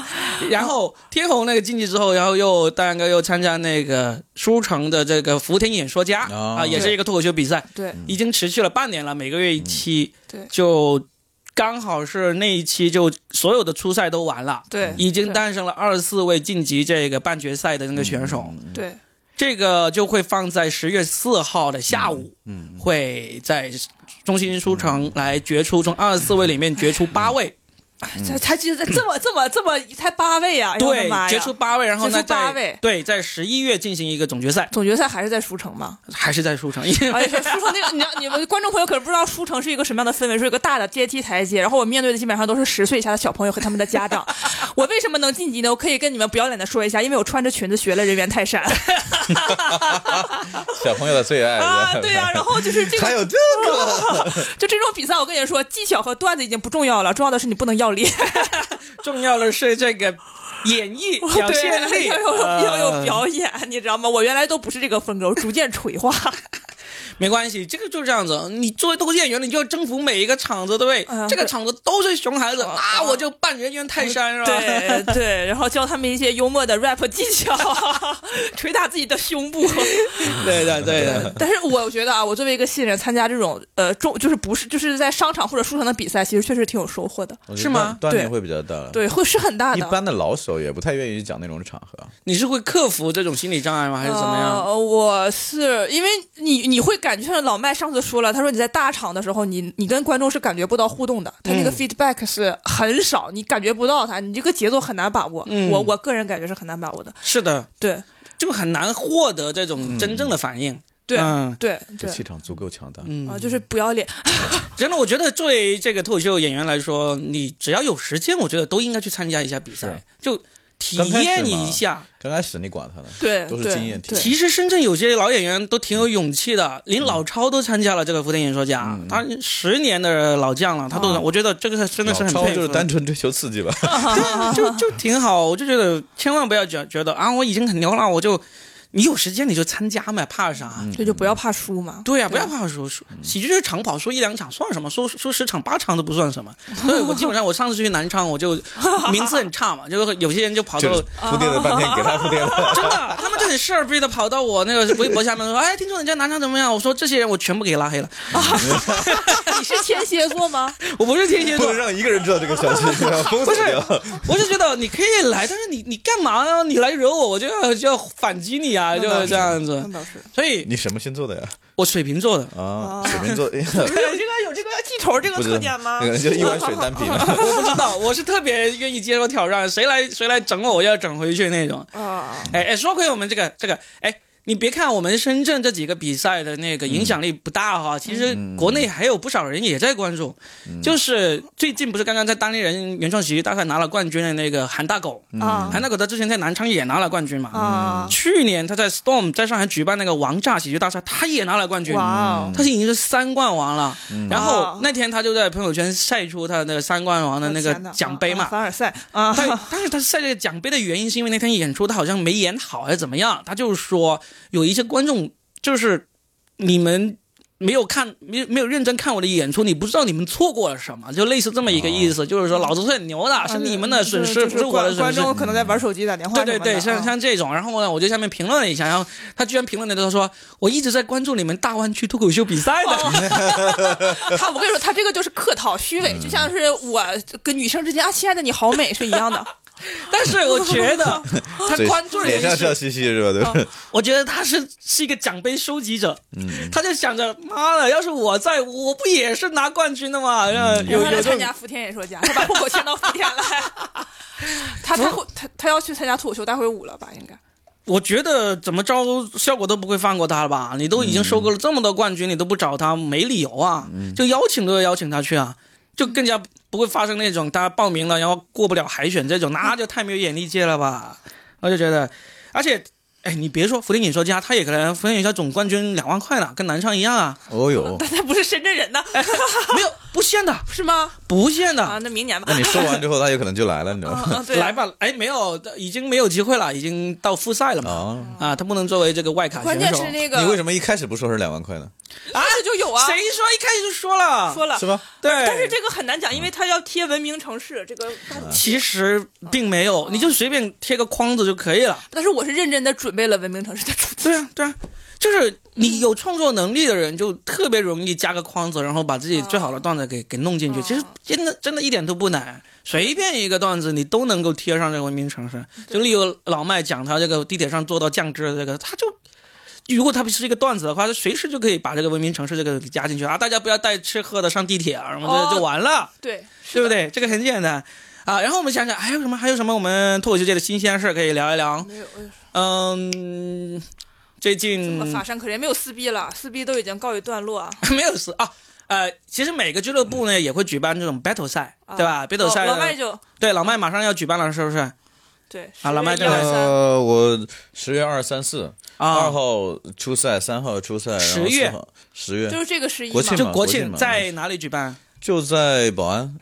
[SPEAKER 1] 然后天虹那个晋级之后，然后又大然哥又参加那个书城的这个福田演说家、
[SPEAKER 3] 哦
[SPEAKER 1] 啊，也是一个脱口秀比赛。
[SPEAKER 2] *laughs* 对
[SPEAKER 1] 已经持续了半年了，每个月一期，
[SPEAKER 2] 对
[SPEAKER 1] 就刚好是那一期就所有的初赛都完了，
[SPEAKER 2] 嗯对，
[SPEAKER 1] 已经诞生了二十四位晋级这个半决赛的那个选手，
[SPEAKER 2] 对
[SPEAKER 1] 这个就会放在十月四号的下午，嗯，会在中心书城来决出从二十四位里面决出八位，
[SPEAKER 2] 对，哎才才就这么这么这么才八位啊！哎呦我的
[SPEAKER 1] 对
[SPEAKER 2] 妈，呀
[SPEAKER 1] 决出八位，然后呢
[SPEAKER 2] 决出八位
[SPEAKER 1] 在对在十一月进行一个总决赛，
[SPEAKER 2] 总决赛还是在书城嘛？
[SPEAKER 1] 还是在书城，因
[SPEAKER 2] *laughs*
[SPEAKER 1] 为
[SPEAKER 2] 而且书城那个，你知道，你们观众朋友可不知道书城是一个什么样的氛围，是一个大的阶梯台阶。然后我面对的基本上都是十岁以下的小朋友和他们的家长。我为什么能晋级呢？我可以跟你们不要脸的说一下，因为我穿着裙子学了人猿泰山
[SPEAKER 3] 小朋友的最爱。
[SPEAKER 2] 啊， *laughs* 对呀、然后就是这
[SPEAKER 3] 还
[SPEAKER 2] 个，
[SPEAKER 3] 有这个。
[SPEAKER 2] 就这种比赛，我跟你说，技巧和段子已经不重要了，重要的是你不能要脸，
[SPEAKER 1] 重要的是这个演绎表现
[SPEAKER 2] *laughs* 对，哎
[SPEAKER 1] 力，
[SPEAKER 2] 要有
[SPEAKER 1] 呃
[SPEAKER 2] 要有表演，你知道吗？我原来都不是这个风格，我逐渐垂化。
[SPEAKER 1] 没关系，这个就是这样子。你作为脱口秀演员，你就要征服每一个场子，对不对？
[SPEAKER 3] 哎
[SPEAKER 2] 嗯
[SPEAKER 1] 这个场子都是熊孩子
[SPEAKER 2] 嗯
[SPEAKER 1] 啊，我就扮人猿泰山，是吧？
[SPEAKER 2] 对对，然后教他们一些幽默的 rap 技巧， *laughs* 捶打自己的胸部。
[SPEAKER 1] *laughs* 对对对
[SPEAKER 3] *laughs*
[SPEAKER 1] 对，
[SPEAKER 2] 但是我觉得啊，我作为一个新人，参加这种呃中就是不是就是在商场或者书城的比赛，其实确实挺有收获的。
[SPEAKER 3] 我觉得
[SPEAKER 1] 是吗
[SPEAKER 3] 锻锻炼
[SPEAKER 2] 对
[SPEAKER 3] 会比较大了。，
[SPEAKER 2] 对，会是很大的。
[SPEAKER 3] 一般的老手也不太愿意讲那种场合。
[SPEAKER 1] 你是会克服这种心理障碍吗？还是怎么
[SPEAKER 3] 哦
[SPEAKER 1] 样？
[SPEAKER 2] 呃，我是因为你你会感觉像老麦上次说了，他说你在大场的时候，你你跟观众是感觉不到互动的，他
[SPEAKER 1] 嗯
[SPEAKER 2] 那个 feedback 是很少，你感觉不到他，你这个节奏很难把握。
[SPEAKER 1] 嗯
[SPEAKER 2] 我我个人感觉是很难把握的。
[SPEAKER 1] 是的，
[SPEAKER 2] 对
[SPEAKER 1] 就很难获得这
[SPEAKER 3] 嗯
[SPEAKER 1] 种真正的反应。
[SPEAKER 2] 对、
[SPEAKER 1] 嗯
[SPEAKER 2] 对
[SPEAKER 3] 这嗯
[SPEAKER 2] 对，
[SPEAKER 3] 气场足够强大。
[SPEAKER 2] 啊、就是不要脸。
[SPEAKER 1] 真的，我觉得作为这个脱口秀演员来说，你只要有时间，我觉得都应该去参加一下比赛
[SPEAKER 3] 是，
[SPEAKER 1] 就体
[SPEAKER 3] 刚开始
[SPEAKER 1] 验
[SPEAKER 3] 嘛
[SPEAKER 1] 一下。
[SPEAKER 3] 刚开始你管他呢，
[SPEAKER 2] 对
[SPEAKER 3] 都是
[SPEAKER 2] 对
[SPEAKER 3] 经验
[SPEAKER 2] 对
[SPEAKER 3] 题。
[SPEAKER 1] 其实深圳有些老演员都挺有勇气的，连老超都参加了这个福田演说家，他十年的老将了，他都，我觉得这个真的是很
[SPEAKER 3] 老
[SPEAKER 1] 佩
[SPEAKER 3] 超
[SPEAKER 1] 服。
[SPEAKER 3] 就是单纯追求刺激吧。
[SPEAKER 1] 对， *laughs* 就就挺好，我就觉得千万不要觉觉得啊，我已经很牛了，我就你有时间你就参加嘛，怕啥？
[SPEAKER 2] 所以就不要怕输
[SPEAKER 3] *laughs*
[SPEAKER 2] 嘛。
[SPEAKER 1] 对呀、啊不要怕输，输喜剧就是长跑，输一两场算什么？输输十场八场都不算什么。所以我基本上我上次去南昌，我就名次很差嘛，就是有些人就跑到
[SPEAKER 3] *laughs* 就是铺垫了半天，给他铺垫
[SPEAKER 1] *laughs*
[SPEAKER 3] 了。
[SPEAKER 1] 真的，他们就很事儿逼的跑到我那个微博下面说：“哎，听说人家南昌怎么样？”我说：“这些人我全部给拉黑了。
[SPEAKER 2] 啊你是天蝎座
[SPEAKER 3] *laughs*
[SPEAKER 2] 吗？
[SPEAKER 1] 我不是天蝎
[SPEAKER 3] 不
[SPEAKER 1] 座
[SPEAKER 3] 能，让一个人知道这个消息，要封死掉。
[SPEAKER 1] 我就觉得你可以来，但是你你干嘛呢？你来惹我，我就要就要反击你啊，就是这样子。
[SPEAKER 2] 倒是。
[SPEAKER 1] 所以
[SPEAKER 3] 你什么星座的呀？
[SPEAKER 1] 我水瓶座的， *laughs*
[SPEAKER 3] 啊，水瓶座。哎呀
[SPEAKER 2] *laughs* 有这个有这个啊记仇这
[SPEAKER 3] 不知道，那个人就一碗水单品了。
[SPEAKER 1] 我不知道，我是特别愿意接受挑战，谁来谁来整我，我要整回去那种。
[SPEAKER 2] 啊，
[SPEAKER 1] 哎哎，说回我们这个这个哎。你别看我们深圳这几个比赛的那个影响力不大哈，其实国内还有不少人也在关注。就是最近不是刚刚在当地人原创喜剧大赛拿了冠军的那个韩大狗，
[SPEAKER 2] 啊
[SPEAKER 1] 韩大狗他之前在南昌也拿了冠军嘛。嗯
[SPEAKER 2] 啊！
[SPEAKER 3] 嗯
[SPEAKER 1] 去年他在 Storm 在上海举办那个王炸喜剧大赛，他也拿了冠军。
[SPEAKER 2] 哇哦，
[SPEAKER 1] 他已经是三冠王了，然后
[SPEAKER 2] 哦
[SPEAKER 1] 那天他就在朋友圈晒出他的那个三冠王的那个
[SPEAKER 2] 我天哪
[SPEAKER 1] 奖杯
[SPEAKER 2] 啊
[SPEAKER 1] 嘛
[SPEAKER 2] 啊，凡尔赛啊！
[SPEAKER 1] 但但是他晒这个奖杯的原因是因为那天演出他好像没演好还是怎么样，他就是说有一些观众就是你们没有看没没有认真看我的演出，你不知道你们错过了什么，就类似这么一个意
[SPEAKER 2] 哦
[SPEAKER 1] 思，就是说老子是很牛的，是你们的损失，
[SPEAKER 2] 啊 *laughs* 就
[SPEAKER 1] 不
[SPEAKER 2] 是
[SPEAKER 1] 我的
[SPEAKER 2] 观
[SPEAKER 1] 损
[SPEAKER 2] 观
[SPEAKER 1] 失。
[SPEAKER 2] 众可能在玩手机打电话
[SPEAKER 1] 对
[SPEAKER 2] 什么
[SPEAKER 1] 对对，
[SPEAKER 2] 的。
[SPEAKER 1] 像
[SPEAKER 2] 啊
[SPEAKER 1] 像这种，然后呢，我就下面评论了一下，然后他居然评论的他说：“我一直在关注你们大湾区脱口秀比赛的。
[SPEAKER 2] 哦他，我跟你说，他这个就是客套虚
[SPEAKER 3] 嗯
[SPEAKER 2] 伪，就像是我跟女生之间啊，亲爱的你好美是一样 *laughs* 的。
[SPEAKER 1] *laughs* 但是我觉得他
[SPEAKER 3] 嘴
[SPEAKER 1] 关注的
[SPEAKER 3] 脸
[SPEAKER 1] 人
[SPEAKER 3] 上
[SPEAKER 1] 是
[SPEAKER 3] 笑嘻嘻是吧？对吧？
[SPEAKER 1] 我觉得他是是一个奖杯收集者，他就想着，妈的，要是我在，我不也是拿冠军的吗？呃有有
[SPEAKER 2] 然后他来
[SPEAKER 1] 这
[SPEAKER 2] 参
[SPEAKER 1] 种
[SPEAKER 2] 加福田演说家，他把户口迁到福田 *laughs* 来。他他会他他要去参加脱口秀大会五了吧？应该
[SPEAKER 3] 哦
[SPEAKER 1] 我觉得怎么着，效果都不会放过他了吧？你都已经收割了这么多冠军，你都不找他，没理由啊！就邀请都要邀请他去啊，就更加不会发生那种他报名了然后过不了海选这种，那就太没有眼力见了吧？我就觉得，而且，哎，你别说福田演说家，他也可能福田演说家总冠军两万块呢，跟南昌一样
[SPEAKER 2] *laughs*
[SPEAKER 1] 啊，
[SPEAKER 3] 哦呦，
[SPEAKER 2] 但他不是深圳人呐，
[SPEAKER 1] 没有不限的，
[SPEAKER 2] 是吗？
[SPEAKER 1] 不限的
[SPEAKER 2] 啊，那明年吧
[SPEAKER 3] 那。你说完之后，他有可能就来了，你知道吗？
[SPEAKER 2] 嗯嗯，对，
[SPEAKER 1] 来。吧，哎，没有，已经没有机会了，已经到复赛了嘛。
[SPEAKER 3] 啊，
[SPEAKER 1] 啊，他不能作为这个外卡选手。
[SPEAKER 2] 关键是那个
[SPEAKER 3] 你为什么一开始不说是两万块呢？
[SPEAKER 2] 啊就有啊，
[SPEAKER 1] 谁说一开始就说了？
[SPEAKER 2] 说了
[SPEAKER 3] 是？吧？
[SPEAKER 1] 对，嗯
[SPEAKER 2] 但是这个很难讲，因为他要贴文明城市这个。
[SPEAKER 1] 其实并没有，你就随便贴个框子就可以了。
[SPEAKER 2] 但是我是认真的准备了文明城市的主题。
[SPEAKER 1] 对啊，对啊，就是你有创作能力的人，就特别容易加个框子，然后把自己最好的段子给给弄进去。其实真的真的一点都不难，随便一个段子你都能够贴上这个文明城市。就例如老麦讲他这个地铁上做到酱汁的这个，他就。如果他不是一个段子的话，他随时就可以把这个文明城市这个给加进去啊！大家不要带吃喝的上地铁啊，然后
[SPEAKER 2] 哦
[SPEAKER 1] 就就完了。
[SPEAKER 2] 对，
[SPEAKER 1] 对不对？这个很简单啊。然后我们想想，还有什么？还有什么？我们脱口秀界的新鲜事儿可以聊一聊。
[SPEAKER 2] 没有
[SPEAKER 1] 嗯，最近
[SPEAKER 2] 呃乏善可陈，没有撕逼了，撕逼都已经告一段落啊。
[SPEAKER 1] *laughs* 没有死啊。呃，其实每个俱乐部呢也会举办这种 battle 赛，
[SPEAKER 2] 啊
[SPEAKER 1] 对吧？battle
[SPEAKER 2] 老
[SPEAKER 1] 赛呢，
[SPEAKER 2] 老麦就
[SPEAKER 1] 对老麦马上要举办了，是不是？
[SPEAKER 2] 对
[SPEAKER 1] 啊老麦
[SPEAKER 2] 就
[SPEAKER 1] 这个
[SPEAKER 3] 呃，我十月二、三、四，二
[SPEAKER 1] 啊，
[SPEAKER 3] 号初赛，三号初赛，然后
[SPEAKER 1] 10月
[SPEAKER 3] 4号，十月
[SPEAKER 2] 就是这个十一嘛
[SPEAKER 3] 国，庆
[SPEAKER 1] 就
[SPEAKER 3] 嘛
[SPEAKER 1] 国
[SPEAKER 3] 国庆
[SPEAKER 1] 庆
[SPEAKER 3] 嘛
[SPEAKER 1] 在哪里举办？
[SPEAKER 3] 就在保安，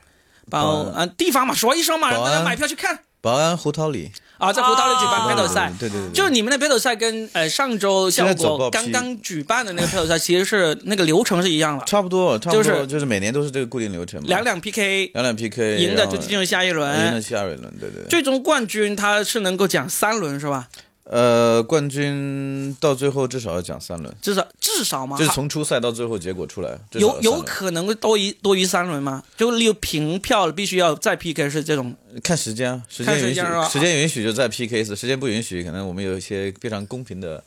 [SPEAKER 1] 保
[SPEAKER 3] 嗯
[SPEAKER 1] 啊地方嘛，说一声嘛，让
[SPEAKER 3] 保
[SPEAKER 1] 大
[SPEAKER 3] 安
[SPEAKER 1] 家买票去看
[SPEAKER 3] 保安胡桃里
[SPEAKER 1] 啊，在胡桃里举办
[SPEAKER 2] 啊
[SPEAKER 1] battle 赛。
[SPEAKER 3] 对对对对，
[SPEAKER 1] 就是你们的 battle 赛跟呃上周效
[SPEAKER 3] 现在走
[SPEAKER 1] 果
[SPEAKER 3] 报批
[SPEAKER 1] 刚刚举办的那个 battle 赛其实是那个流程是一样的，
[SPEAKER 3] 差不多，差不
[SPEAKER 1] 就是
[SPEAKER 3] 多，就是每年都是这个固定流程嘛，
[SPEAKER 1] 两两 PK，
[SPEAKER 3] 两两 PK，
[SPEAKER 1] 赢的就
[SPEAKER 3] 然后
[SPEAKER 1] 进入下一轮，
[SPEAKER 3] 赢了下一轮，对对对。
[SPEAKER 1] 最终冠军他是能够讲三轮是吧？
[SPEAKER 3] 呃，冠军到最后至少要讲三轮，
[SPEAKER 1] 至少至少嘛，
[SPEAKER 3] 就是
[SPEAKER 1] 好
[SPEAKER 3] 从初赛到最后结果出来，至少要
[SPEAKER 1] 啊有
[SPEAKER 3] 三
[SPEAKER 1] 有
[SPEAKER 3] 轮
[SPEAKER 1] 可能会多于多于三轮吗？就例如平票必须要再 PK 是这种
[SPEAKER 3] 看时间啊，时
[SPEAKER 1] 看
[SPEAKER 3] 间
[SPEAKER 1] 时
[SPEAKER 3] 允许
[SPEAKER 1] 间是吧，
[SPEAKER 3] 时间允许就在 PK 一次，时间不允许，可能我们有一些非常公平的。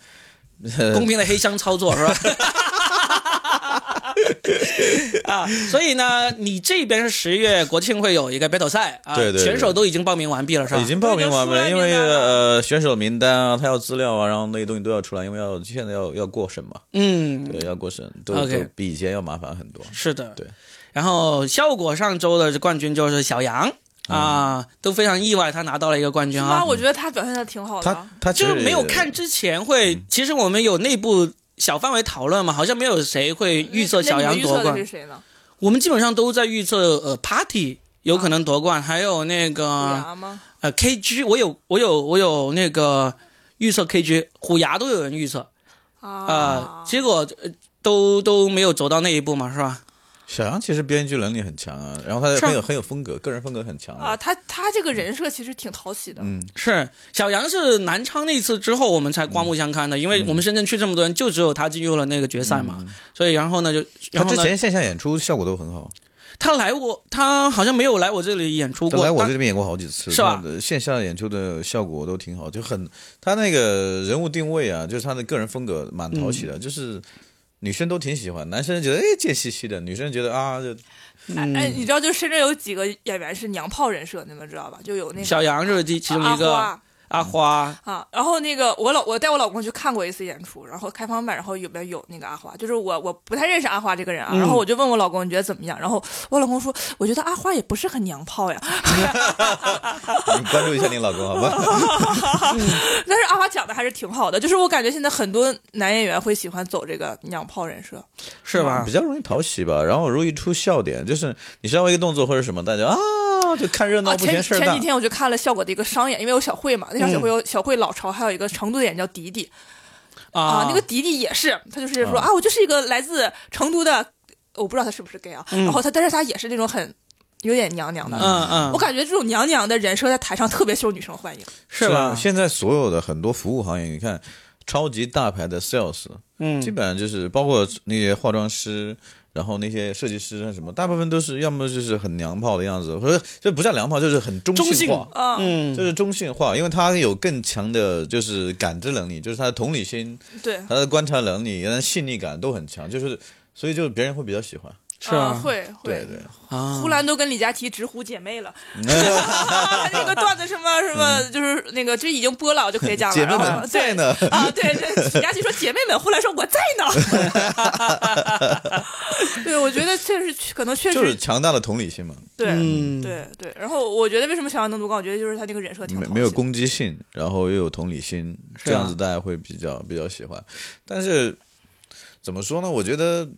[SPEAKER 3] 呃
[SPEAKER 1] 公平的黑箱操作
[SPEAKER 3] *laughs*
[SPEAKER 1] 是吧？啊，所以呢，你这边是十月国庆会有一个 battle 赛啊，
[SPEAKER 3] 对对对
[SPEAKER 1] 选手都已经报名完毕了是吧？
[SPEAKER 3] 已经报名完毕了，
[SPEAKER 2] 都已经出来
[SPEAKER 3] 因为
[SPEAKER 2] 名单了
[SPEAKER 3] 呃选手名单啊，他要资料啊，然后那些东西都要出来，因为要现在要要过审嘛，
[SPEAKER 1] 嗯，
[SPEAKER 3] 对，要过审，都
[SPEAKER 1] OK
[SPEAKER 3] 都比以前要麻烦很多。
[SPEAKER 1] 是的，
[SPEAKER 3] 对。
[SPEAKER 1] 然后效果上周的冠军就是小杨
[SPEAKER 3] 嗯
[SPEAKER 1] 啊，都非常意外，他拿到了一个冠军
[SPEAKER 2] 是
[SPEAKER 1] 啊
[SPEAKER 2] 吗？。我觉得他表现的挺好的
[SPEAKER 3] 他
[SPEAKER 2] 啊。
[SPEAKER 3] 他其
[SPEAKER 1] 就
[SPEAKER 3] 实
[SPEAKER 1] 是没有看之前会，
[SPEAKER 3] 嗯
[SPEAKER 1] 其实我们有内部小范围讨论嘛，好像没有谁会预测
[SPEAKER 2] 那
[SPEAKER 1] 小
[SPEAKER 2] 你
[SPEAKER 1] 杨
[SPEAKER 2] 们预
[SPEAKER 1] 夺
[SPEAKER 2] 测的
[SPEAKER 1] 冠
[SPEAKER 2] 是，谁呢？
[SPEAKER 1] 我们基本上都在预测呃 Party 有可能夺冠，还有那
[SPEAKER 2] 虎
[SPEAKER 1] 个
[SPEAKER 2] 牙吗？
[SPEAKER 1] 呃 KG，我有我有我有那个预测 KG 虎牙都有人预测啊、
[SPEAKER 2] 啊，
[SPEAKER 1] 结果、呃都都没有走到那一步嘛，是吧？
[SPEAKER 3] 小杨其实编剧能力很强啊，然后他
[SPEAKER 1] 是啊
[SPEAKER 3] 很有很有风格，个人风格很强
[SPEAKER 2] 啊，。他他这个人设其实挺讨喜的。
[SPEAKER 3] 嗯，
[SPEAKER 1] 是小杨是南昌那次之后，我们才刮目相看的，因
[SPEAKER 3] 嗯
[SPEAKER 1] 为我们深圳去这么多人，就只有他进入了那个决赛嘛，所以然后呢就
[SPEAKER 3] 他
[SPEAKER 1] 然后
[SPEAKER 3] 之
[SPEAKER 1] 呢
[SPEAKER 3] 前线下演出效果都很好，
[SPEAKER 1] 他来我，他好像没有来我这里演出
[SPEAKER 3] 他
[SPEAKER 1] 过。
[SPEAKER 3] 来我
[SPEAKER 1] 但
[SPEAKER 3] 这边演过好几次，
[SPEAKER 1] 是吧
[SPEAKER 3] 他的线下演出的效果都挺好，就很他那个人物定位啊，就是他的个人风格蛮讨
[SPEAKER 1] 嗯
[SPEAKER 3] 喜的，就是女生都挺喜欢，男生觉得哎贱兮兮的，女生觉得啊就
[SPEAKER 2] 哎哎，
[SPEAKER 1] 嗯
[SPEAKER 2] 你知道，就深圳有几个演员是娘炮人设，你们知道吧？就有那个
[SPEAKER 1] 小杨就是其其中一个
[SPEAKER 2] 啊阿花
[SPEAKER 1] 阿花，
[SPEAKER 2] 啊，然后那个我老我带我老公去看过一次演出，然后开放麦，然后里边有那个阿花，就是我我不太认识阿花这个人
[SPEAKER 3] 嗯
[SPEAKER 2] 啊，然后我就问我老公你觉得怎么样，然后我老公说我觉得阿花也不是很娘炮呀， *gasps*
[SPEAKER 3] 你关注一下你老公好吗？
[SPEAKER 2] 但是阿花讲的还是挺好的，就是我感觉现在很多男演员会喜欢走这个娘炮人设，
[SPEAKER 1] 是吧
[SPEAKER 3] 比？较容易讨喜吧，然后容易出笑点，就是你稍微一个动作或者什么，大家啊就看热闹
[SPEAKER 2] 啊，
[SPEAKER 3] 不
[SPEAKER 2] 前
[SPEAKER 3] 嫌事儿
[SPEAKER 2] 前
[SPEAKER 3] 大嗯
[SPEAKER 2] 几。天我去看了效果的一个商演，因为有小慧嘛，那场小慧有小慧老巢，还有一个成都的演员叫迪迪啊，那个迪迪也是，他就是说
[SPEAKER 3] 啊
[SPEAKER 2] 啊，我就是一个来自成都的，我不知道他是不是 gay 啊，
[SPEAKER 3] 嗯
[SPEAKER 2] 然后他但是他也是那种很有点娘娘的。
[SPEAKER 1] 嗯嗯，
[SPEAKER 2] 我感觉这种娘娘的人设在台上特别受女生欢迎，
[SPEAKER 1] 是
[SPEAKER 3] 啊，
[SPEAKER 1] 吧？
[SPEAKER 3] 现在所有的很多服务行业，你看超级大牌的 sales，
[SPEAKER 1] 嗯
[SPEAKER 3] 基本上就是包括那些化妆师，然后那些设计师啊什么，大部分都是要么就是很娘炮的样子，或者这不叫娘炮，就是很中
[SPEAKER 1] 中
[SPEAKER 3] 性
[SPEAKER 1] 性
[SPEAKER 3] 化。
[SPEAKER 2] 啊，
[SPEAKER 1] 嗯，
[SPEAKER 3] 就是中性化，因为他有更强的就是感知能力，就是他的同理心， *laughs*
[SPEAKER 2] 对， *laughs*
[SPEAKER 3] 他的观察能力，他的细腻感都很强，就是所以就是别人会比较喜欢。
[SPEAKER 1] 是啊
[SPEAKER 2] 啊会
[SPEAKER 3] 对
[SPEAKER 2] 会，
[SPEAKER 3] 对，
[SPEAKER 1] 啊
[SPEAKER 2] 呼，兰都跟李佳琦直呼姐妹
[SPEAKER 3] *laughs*
[SPEAKER 2] 了，那个段子什么什么，就是那个这已经播了，我就可以讲了。
[SPEAKER 3] 嗯姐妹
[SPEAKER 2] 然后对
[SPEAKER 3] 们在呢，
[SPEAKER 2] 啊，对对，李佳琦说姐妹们，后来说我在
[SPEAKER 3] *laughs*
[SPEAKER 2] 呢。 *laughs* 对，我觉得确实可能确
[SPEAKER 3] 就是
[SPEAKER 2] 实
[SPEAKER 3] 强大的同理心嘛，
[SPEAKER 2] 对、
[SPEAKER 1] 嗯
[SPEAKER 2] 对对。然后我觉得为什么《想要能读高》，我觉得就是他那个人设挺
[SPEAKER 3] 没
[SPEAKER 2] 讨喜
[SPEAKER 3] 没有攻击性，然后又有同理心，
[SPEAKER 1] 是啊
[SPEAKER 3] 这样子大家会比较比较喜欢。但是怎么说呢？我觉得。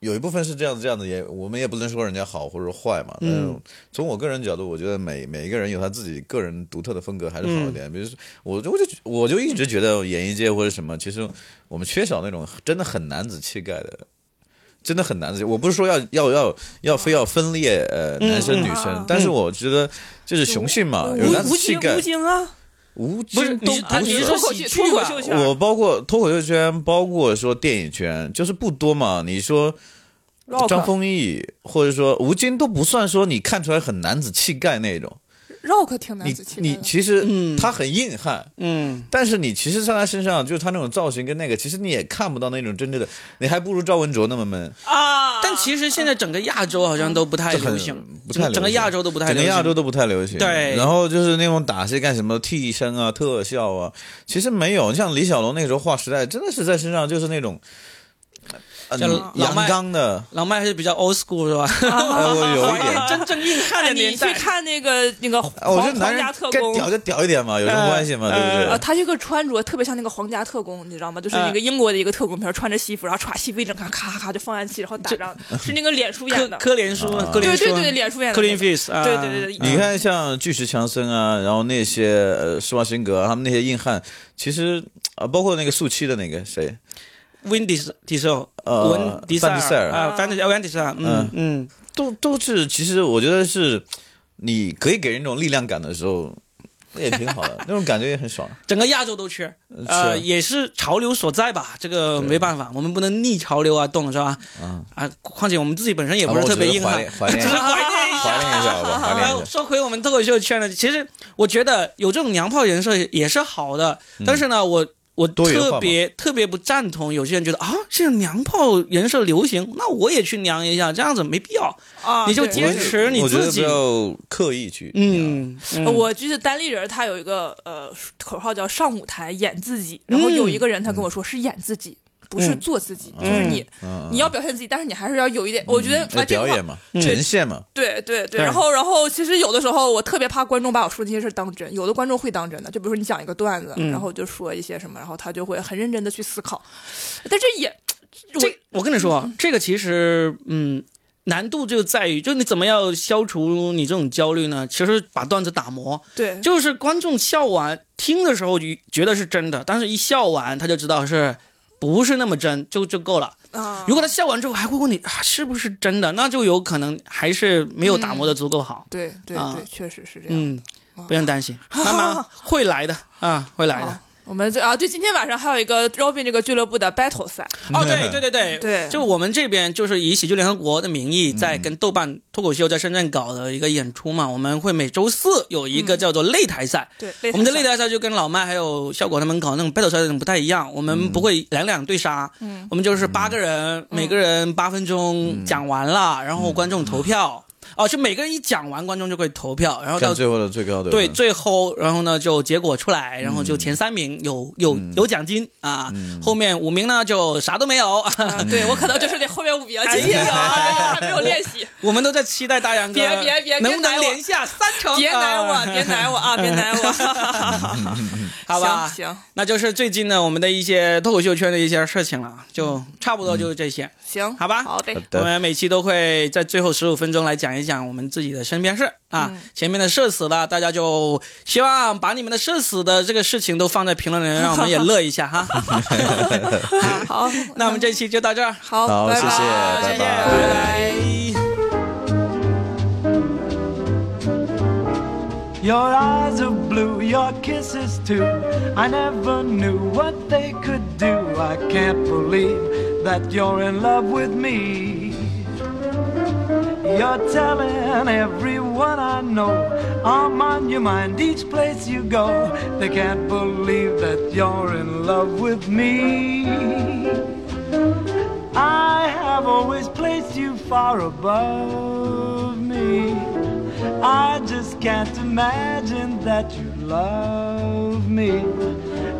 [SPEAKER 3] 有一部分是这样子，这样子也，我们也不能说人家好或者坏嘛。但是从我个人角度，我觉得每每一个人有他自己个人独特的风格，还是好一点。比如说，我就我就我就一直觉得演艺界或者什么，其实我们缺少那种真的很男子气概的，真的很男子气。我不是说要要要要非要分裂呃男生女生，但是我觉得就是雄性嘛，啊有男
[SPEAKER 2] 嗯吴
[SPEAKER 3] 子
[SPEAKER 2] 吴
[SPEAKER 3] 气
[SPEAKER 2] 京
[SPEAKER 3] 概
[SPEAKER 2] 吴。京啊，
[SPEAKER 3] 吴
[SPEAKER 1] 不是
[SPEAKER 3] 京
[SPEAKER 1] 你
[SPEAKER 3] 都
[SPEAKER 1] 是他你是
[SPEAKER 2] 脱
[SPEAKER 1] 说
[SPEAKER 2] 口
[SPEAKER 1] 喜
[SPEAKER 2] 秀
[SPEAKER 1] 剧
[SPEAKER 2] 脱口
[SPEAKER 1] 吧
[SPEAKER 2] 秀圈
[SPEAKER 3] 我包括脱口秀圈，包括说电影圈，就是不多嘛。你说
[SPEAKER 2] Rock
[SPEAKER 3] 张丰毅或者说吴京都不算说你看出来很男子气概那种，
[SPEAKER 2] Rock 挺男
[SPEAKER 3] 你
[SPEAKER 2] 子气概
[SPEAKER 3] 你
[SPEAKER 2] 的。
[SPEAKER 3] 其实他很硬汉，
[SPEAKER 1] 嗯，
[SPEAKER 3] 但是你其实在他身上，就是他那种造型跟那个，其实你也看不到那种真正的，你还不如赵文卓那么闷。
[SPEAKER 2] 啊，
[SPEAKER 1] 但其实现在整个亚洲好像都不太
[SPEAKER 3] 这很
[SPEAKER 1] 流行，
[SPEAKER 3] 不
[SPEAKER 1] 整
[SPEAKER 3] 太
[SPEAKER 1] 个整个
[SPEAKER 3] 流行
[SPEAKER 1] 亚洲都不太
[SPEAKER 3] 整
[SPEAKER 1] 流
[SPEAKER 3] 个
[SPEAKER 1] 行，
[SPEAKER 3] 亚洲都不太流行。
[SPEAKER 1] 对
[SPEAKER 3] 然后就是那种打戏干什么替身啊、特效啊，其实没有。像李小龙那时候画时代，真的是在身上就是那种，呃
[SPEAKER 1] 像老，
[SPEAKER 3] 阳
[SPEAKER 1] 麦
[SPEAKER 3] 刚的，
[SPEAKER 1] 老麦还是比较 old school 是吧？
[SPEAKER 2] 啊
[SPEAKER 3] 哎，我有
[SPEAKER 2] *laughs*
[SPEAKER 3] 一点。
[SPEAKER 1] 真正硬汉的
[SPEAKER 2] 哎你
[SPEAKER 1] 年
[SPEAKER 2] 去
[SPEAKER 1] 代，
[SPEAKER 2] 看那个那个
[SPEAKER 3] 哎我觉
[SPEAKER 2] 皇
[SPEAKER 3] 得男
[SPEAKER 2] 皇
[SPEAKER 3] 人
[SPEAKER 2] 家特
[SPEAKER 3] 该
[SPEAKER 2] 工，呃
[SPEAKER 3] 屌就屌一点嘛，有什么关系嘛，对不
[SPEAKER 2] 啊，
[SPEAKER 3] 对？哎
[SPEAKER 2] 他这个穿着特别像那个皇家特工，你知道吗？就是那个英国的一个特工片，穿着西服，然后歘西服一整咔咔咔咔就放暗器，然后打仗，是那个脸书
[SPEAKER 1] 科
[SPEAKER 2] 演的，
[SPEAKER 1] 科林叔，
[SPEAKER 3] 啊
[SPEAKER 1] 科林
[SPEAKER 2] 对
[SPEAKER 1] 叔，
[SPEAKER 2] 对对，脸书演的
[SPEAKER 1] 科
[SPEAKER 2] 那
[SPEAKER 1] 林
[SPEAKER 2] 个，
[SPEAKER 1] face 啊，
[SPEAKER 2] 对对对对，
[SPEAKER 3] 你看像巨石强森啊，然后那些呃施瓦辛格啊他们那些硬汉，其实啊、呃包括那个速七的那个谁，
[SPEAKER 1] 温迪斯迪兽，
[SPEAKER 3] 呃
[SPEAKER 1] 文迪塞
[SPEAKER 3] 范迪塞尔
[SPEAKER 1] 啊，范迪温迪塞尔，嗯嗯，
[SPEAKER 3] 都都是，其实我觉得是，你可以给人一种力量感的时候，也挺好的，那种感觉也很爽。
[SPEAKER 1] 整个亚洲都缺，呃，
[SPEAKER 3] 是
[SPEAKER 1] 也是潮流所在吧，这个没办法，我们不能逆潮流啊动是吧？啊，况且我们自己本身也不
[SPEAKER 3] 啊
[SPEAKER 1] 是特别硬汉，
[SPEAKER 3] 怀
[SPEAKER 1] *laughs*
[SPEAKER 3] 念
[SPEAKER 1] 只是怀念一下。
[SPEAKER 3] 啊怀念一下好吧，怀
[SPEAKER 1] 然
[SPEAKER 3] 念一
[SPEAKER 1] 后
[SPEAKER 3] 下。
[SPEAKER 1] 说回我们脱口秀圈呢，其实我觉得有这种娘炮人设也是好的，但是呢，我我
[SPEAKER 3] 嗯多元化嘛
[SPEAKER 1] 特别特别不赞同有些人觉得啊，现在娘炮人设流行，那我也去娘一下，这样子没必要。
[SPEAKER 2] 啊，
[SPEAKER 1] 你就
[SPEAKER 2] 对
[SPEAKER 1] 坚持你
[SPEAKER 3] 我觉得
[SPEAKER 1] 自
[SPEAKER 3] 不
[SPEAKER 1] 己，
[SPEAKER 3] 要刻意去。
[SPEAKER 1] 嗯，嗯
[SPEAKER 2] 我记得单立人他有一个呃口号叫“上舞台演自己”，然后有一个人他跟
[SPEAKER 1] 嗯
[SPEAKER 2] 我说是演自己，不是做自己，就是你
[SPEAKER 3] 嗯，
[SPEAKER 2] 你要表现自己，但是你还是要有一点，我觉
[SPEAKER 1] 嗯
[SPEAKER 2] 得
[SPEAKER 3] 要
[SPEAKER 2] 啊，这个
[SPEAKER 3] 表
[SPEAKER 2] 话
[SPEAKER 3] 演嘛，呈现嘛，
[SPEAKER 2] 对对对，
[SPEAKER 1] 对
[SPEAKER 2] 然后然后其实有的时候我特别怕观众把我说那些事儿当真，有的观众会当真的，就比如说你讲一个段子，
[SPEAKER 1] 嗯
[SPEAKER 2] 然后就说一些什么，然后他就会很认真的去思考，但这也我
[SPEAKER 1] 这我跟你说，啊这个其实嗯。难度就在于，就你怎么样消除你这种焦虑呢？其实把段子打磨，
[SPEAKER 2] 对
[SPEAKER 1] 就是观众笑完听的时候就觉得是真的，但是一笑完他就知道是不是那么真，就就够了。
[SPEAKER 2] 啊
[SPEAKER 1] 如果他笑完之后还会问你、啊、是不是真的，那就有可能还是没有打磨的足够好。
[SPEAKER 2] 对对
[SPEAKER 1] 啊
[SPEAKER 2] 对，确实是这样。
[SPEAKER 1] 嗯，不用担心，慢慢会来的啊，会来的
[SPEAKER 2] 好。我们这啊，对，今天晚上还有一个 Robin 这个俱乐部的 battle 赛，
[SPEAKER 1] 哦，对对对对
[SPEAKER 2] 对
[SPEAKER 1] 就我们这边就是以喜剧联合国的名义，在跟豆瓣脱口秀在深圳搞的一个演出嘛，我们会每周四有一个叫做嗯擂台赛。
[SPEAKER 2] 对，
[SPEAKER 1] 我们的擂
[SPEAKER 2] 擂
[SPEAKER 1] 台赛就跟老麦还有效果他们搞那种 battle 赛那种不太一样，我们不会两两对杀，我们就是八个人，每个人八分钟讲完了，然后观众投票。哦，就每个人一讲完，观众就会投票，然后到
[SPEAKER 3] 看最后的最高的
[SPEAKER 1] 对最后，然后呢就结果出来，然后就前三名有有有奖金啊，后面五名呢就啥都没有。
[SPEAKER 2] 啊
[SPEAKER 3] 嗯
[SPEAKER 2] 对我可能就是那后面五比较接近了啊，
[SPEAKER 3] *laughs*
[SPEAKER 2] 还没有练习。
[SPEAKER 1] 我们都在期待大杨哥，
[SPEAKER 2] 别别别别
[SPEAKER 1] 能不
[SPEAKER 2] 奶
[SPEAKER 1] 能
[SPEAKER 2] 我
[SPEAKER 1] 连下三成？
[SPEAKER 2] *laughs* 别奶
[SPEAKER 1] 啊
[SPEAKER 2] 我， *laughs* 别奶我啊，别奶
[SPEAKER 3] *laughs*
[SPEAKER 2] 我。
[SPEAKER 1] 好吧，
[SPEAKER 2] 行行
[SPEAKER 1] 那就是最近呢我们的一些脱口秀圈的一些事情了，
[SPEAKER 2] 嗯
[SPEAKER 1] 就差不多就是这些。
[SPEAKER 2] 行，
[SPEAKER 1] 好吧
[SPEAKER 2] 好呗
[SPEAKER 3] 好。
[SPEAKER 1] 我
[SPEAKER 3] 的
[SPEAKER 1] 们每期都会在最后十五分钟来讲一讲我们自己的身边事啊。
[SPEAKER 2] 嗯
[SPEAKER 1] 前面的社死了，大家就希望把你们的社死的这个事情都放在评论里，让我们也乐一
[SPEAKER 2] *laughs*
[SPEAKER 1] 下哈。
[SPEAKER 2] 好，
[SPEAKER 1] 那我们这期就到这儿。
[SPEAKER 2] 好，
[SPEAKER 3] 呃好
[SPEAKER 2] 拜拜
[SPEAKER 3] 谢谢
[SPEAKER 1] 谢谢
[SPEAKER 3] 拜拜
[SPEAKER 1] 拜拜
[SPEAKER 4] Your eyes are blue, your kisses too. I never knew what they could do. I can't believe that you're in love with me. You're telling everyone I know I'm on your mind each place you go. They can't believe that you're in love with me. I have always placed you far above me. I just can't imagine that you love me.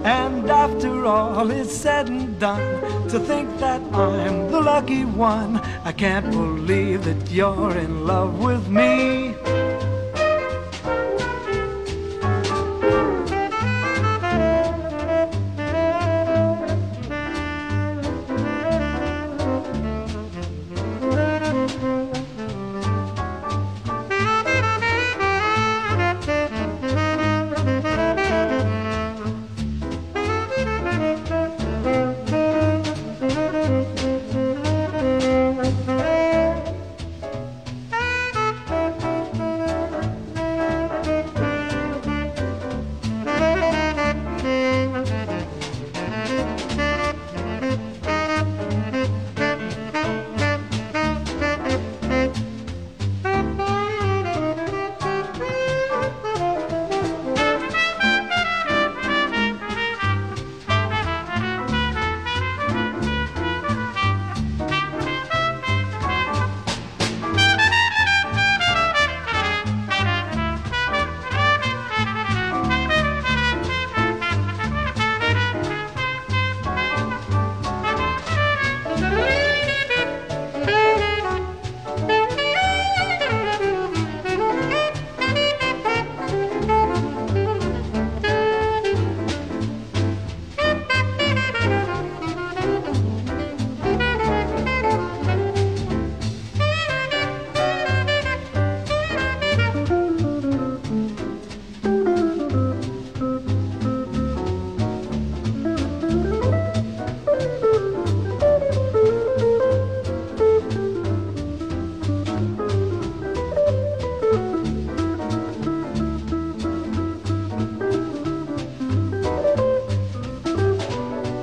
[SPEAKER 4] And after all is said and done, to think that I'm the lucky one, I can't believe that you're in love with me.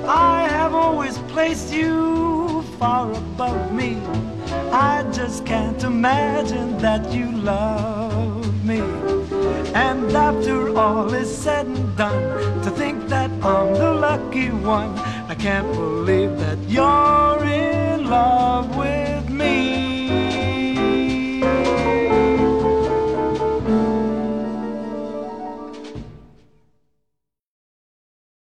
[SPEAKER 4] I have always placed you far above me. I just can't imagine that you love me. And after all is said and done, to think that I'm the lucky one, I can't believe that.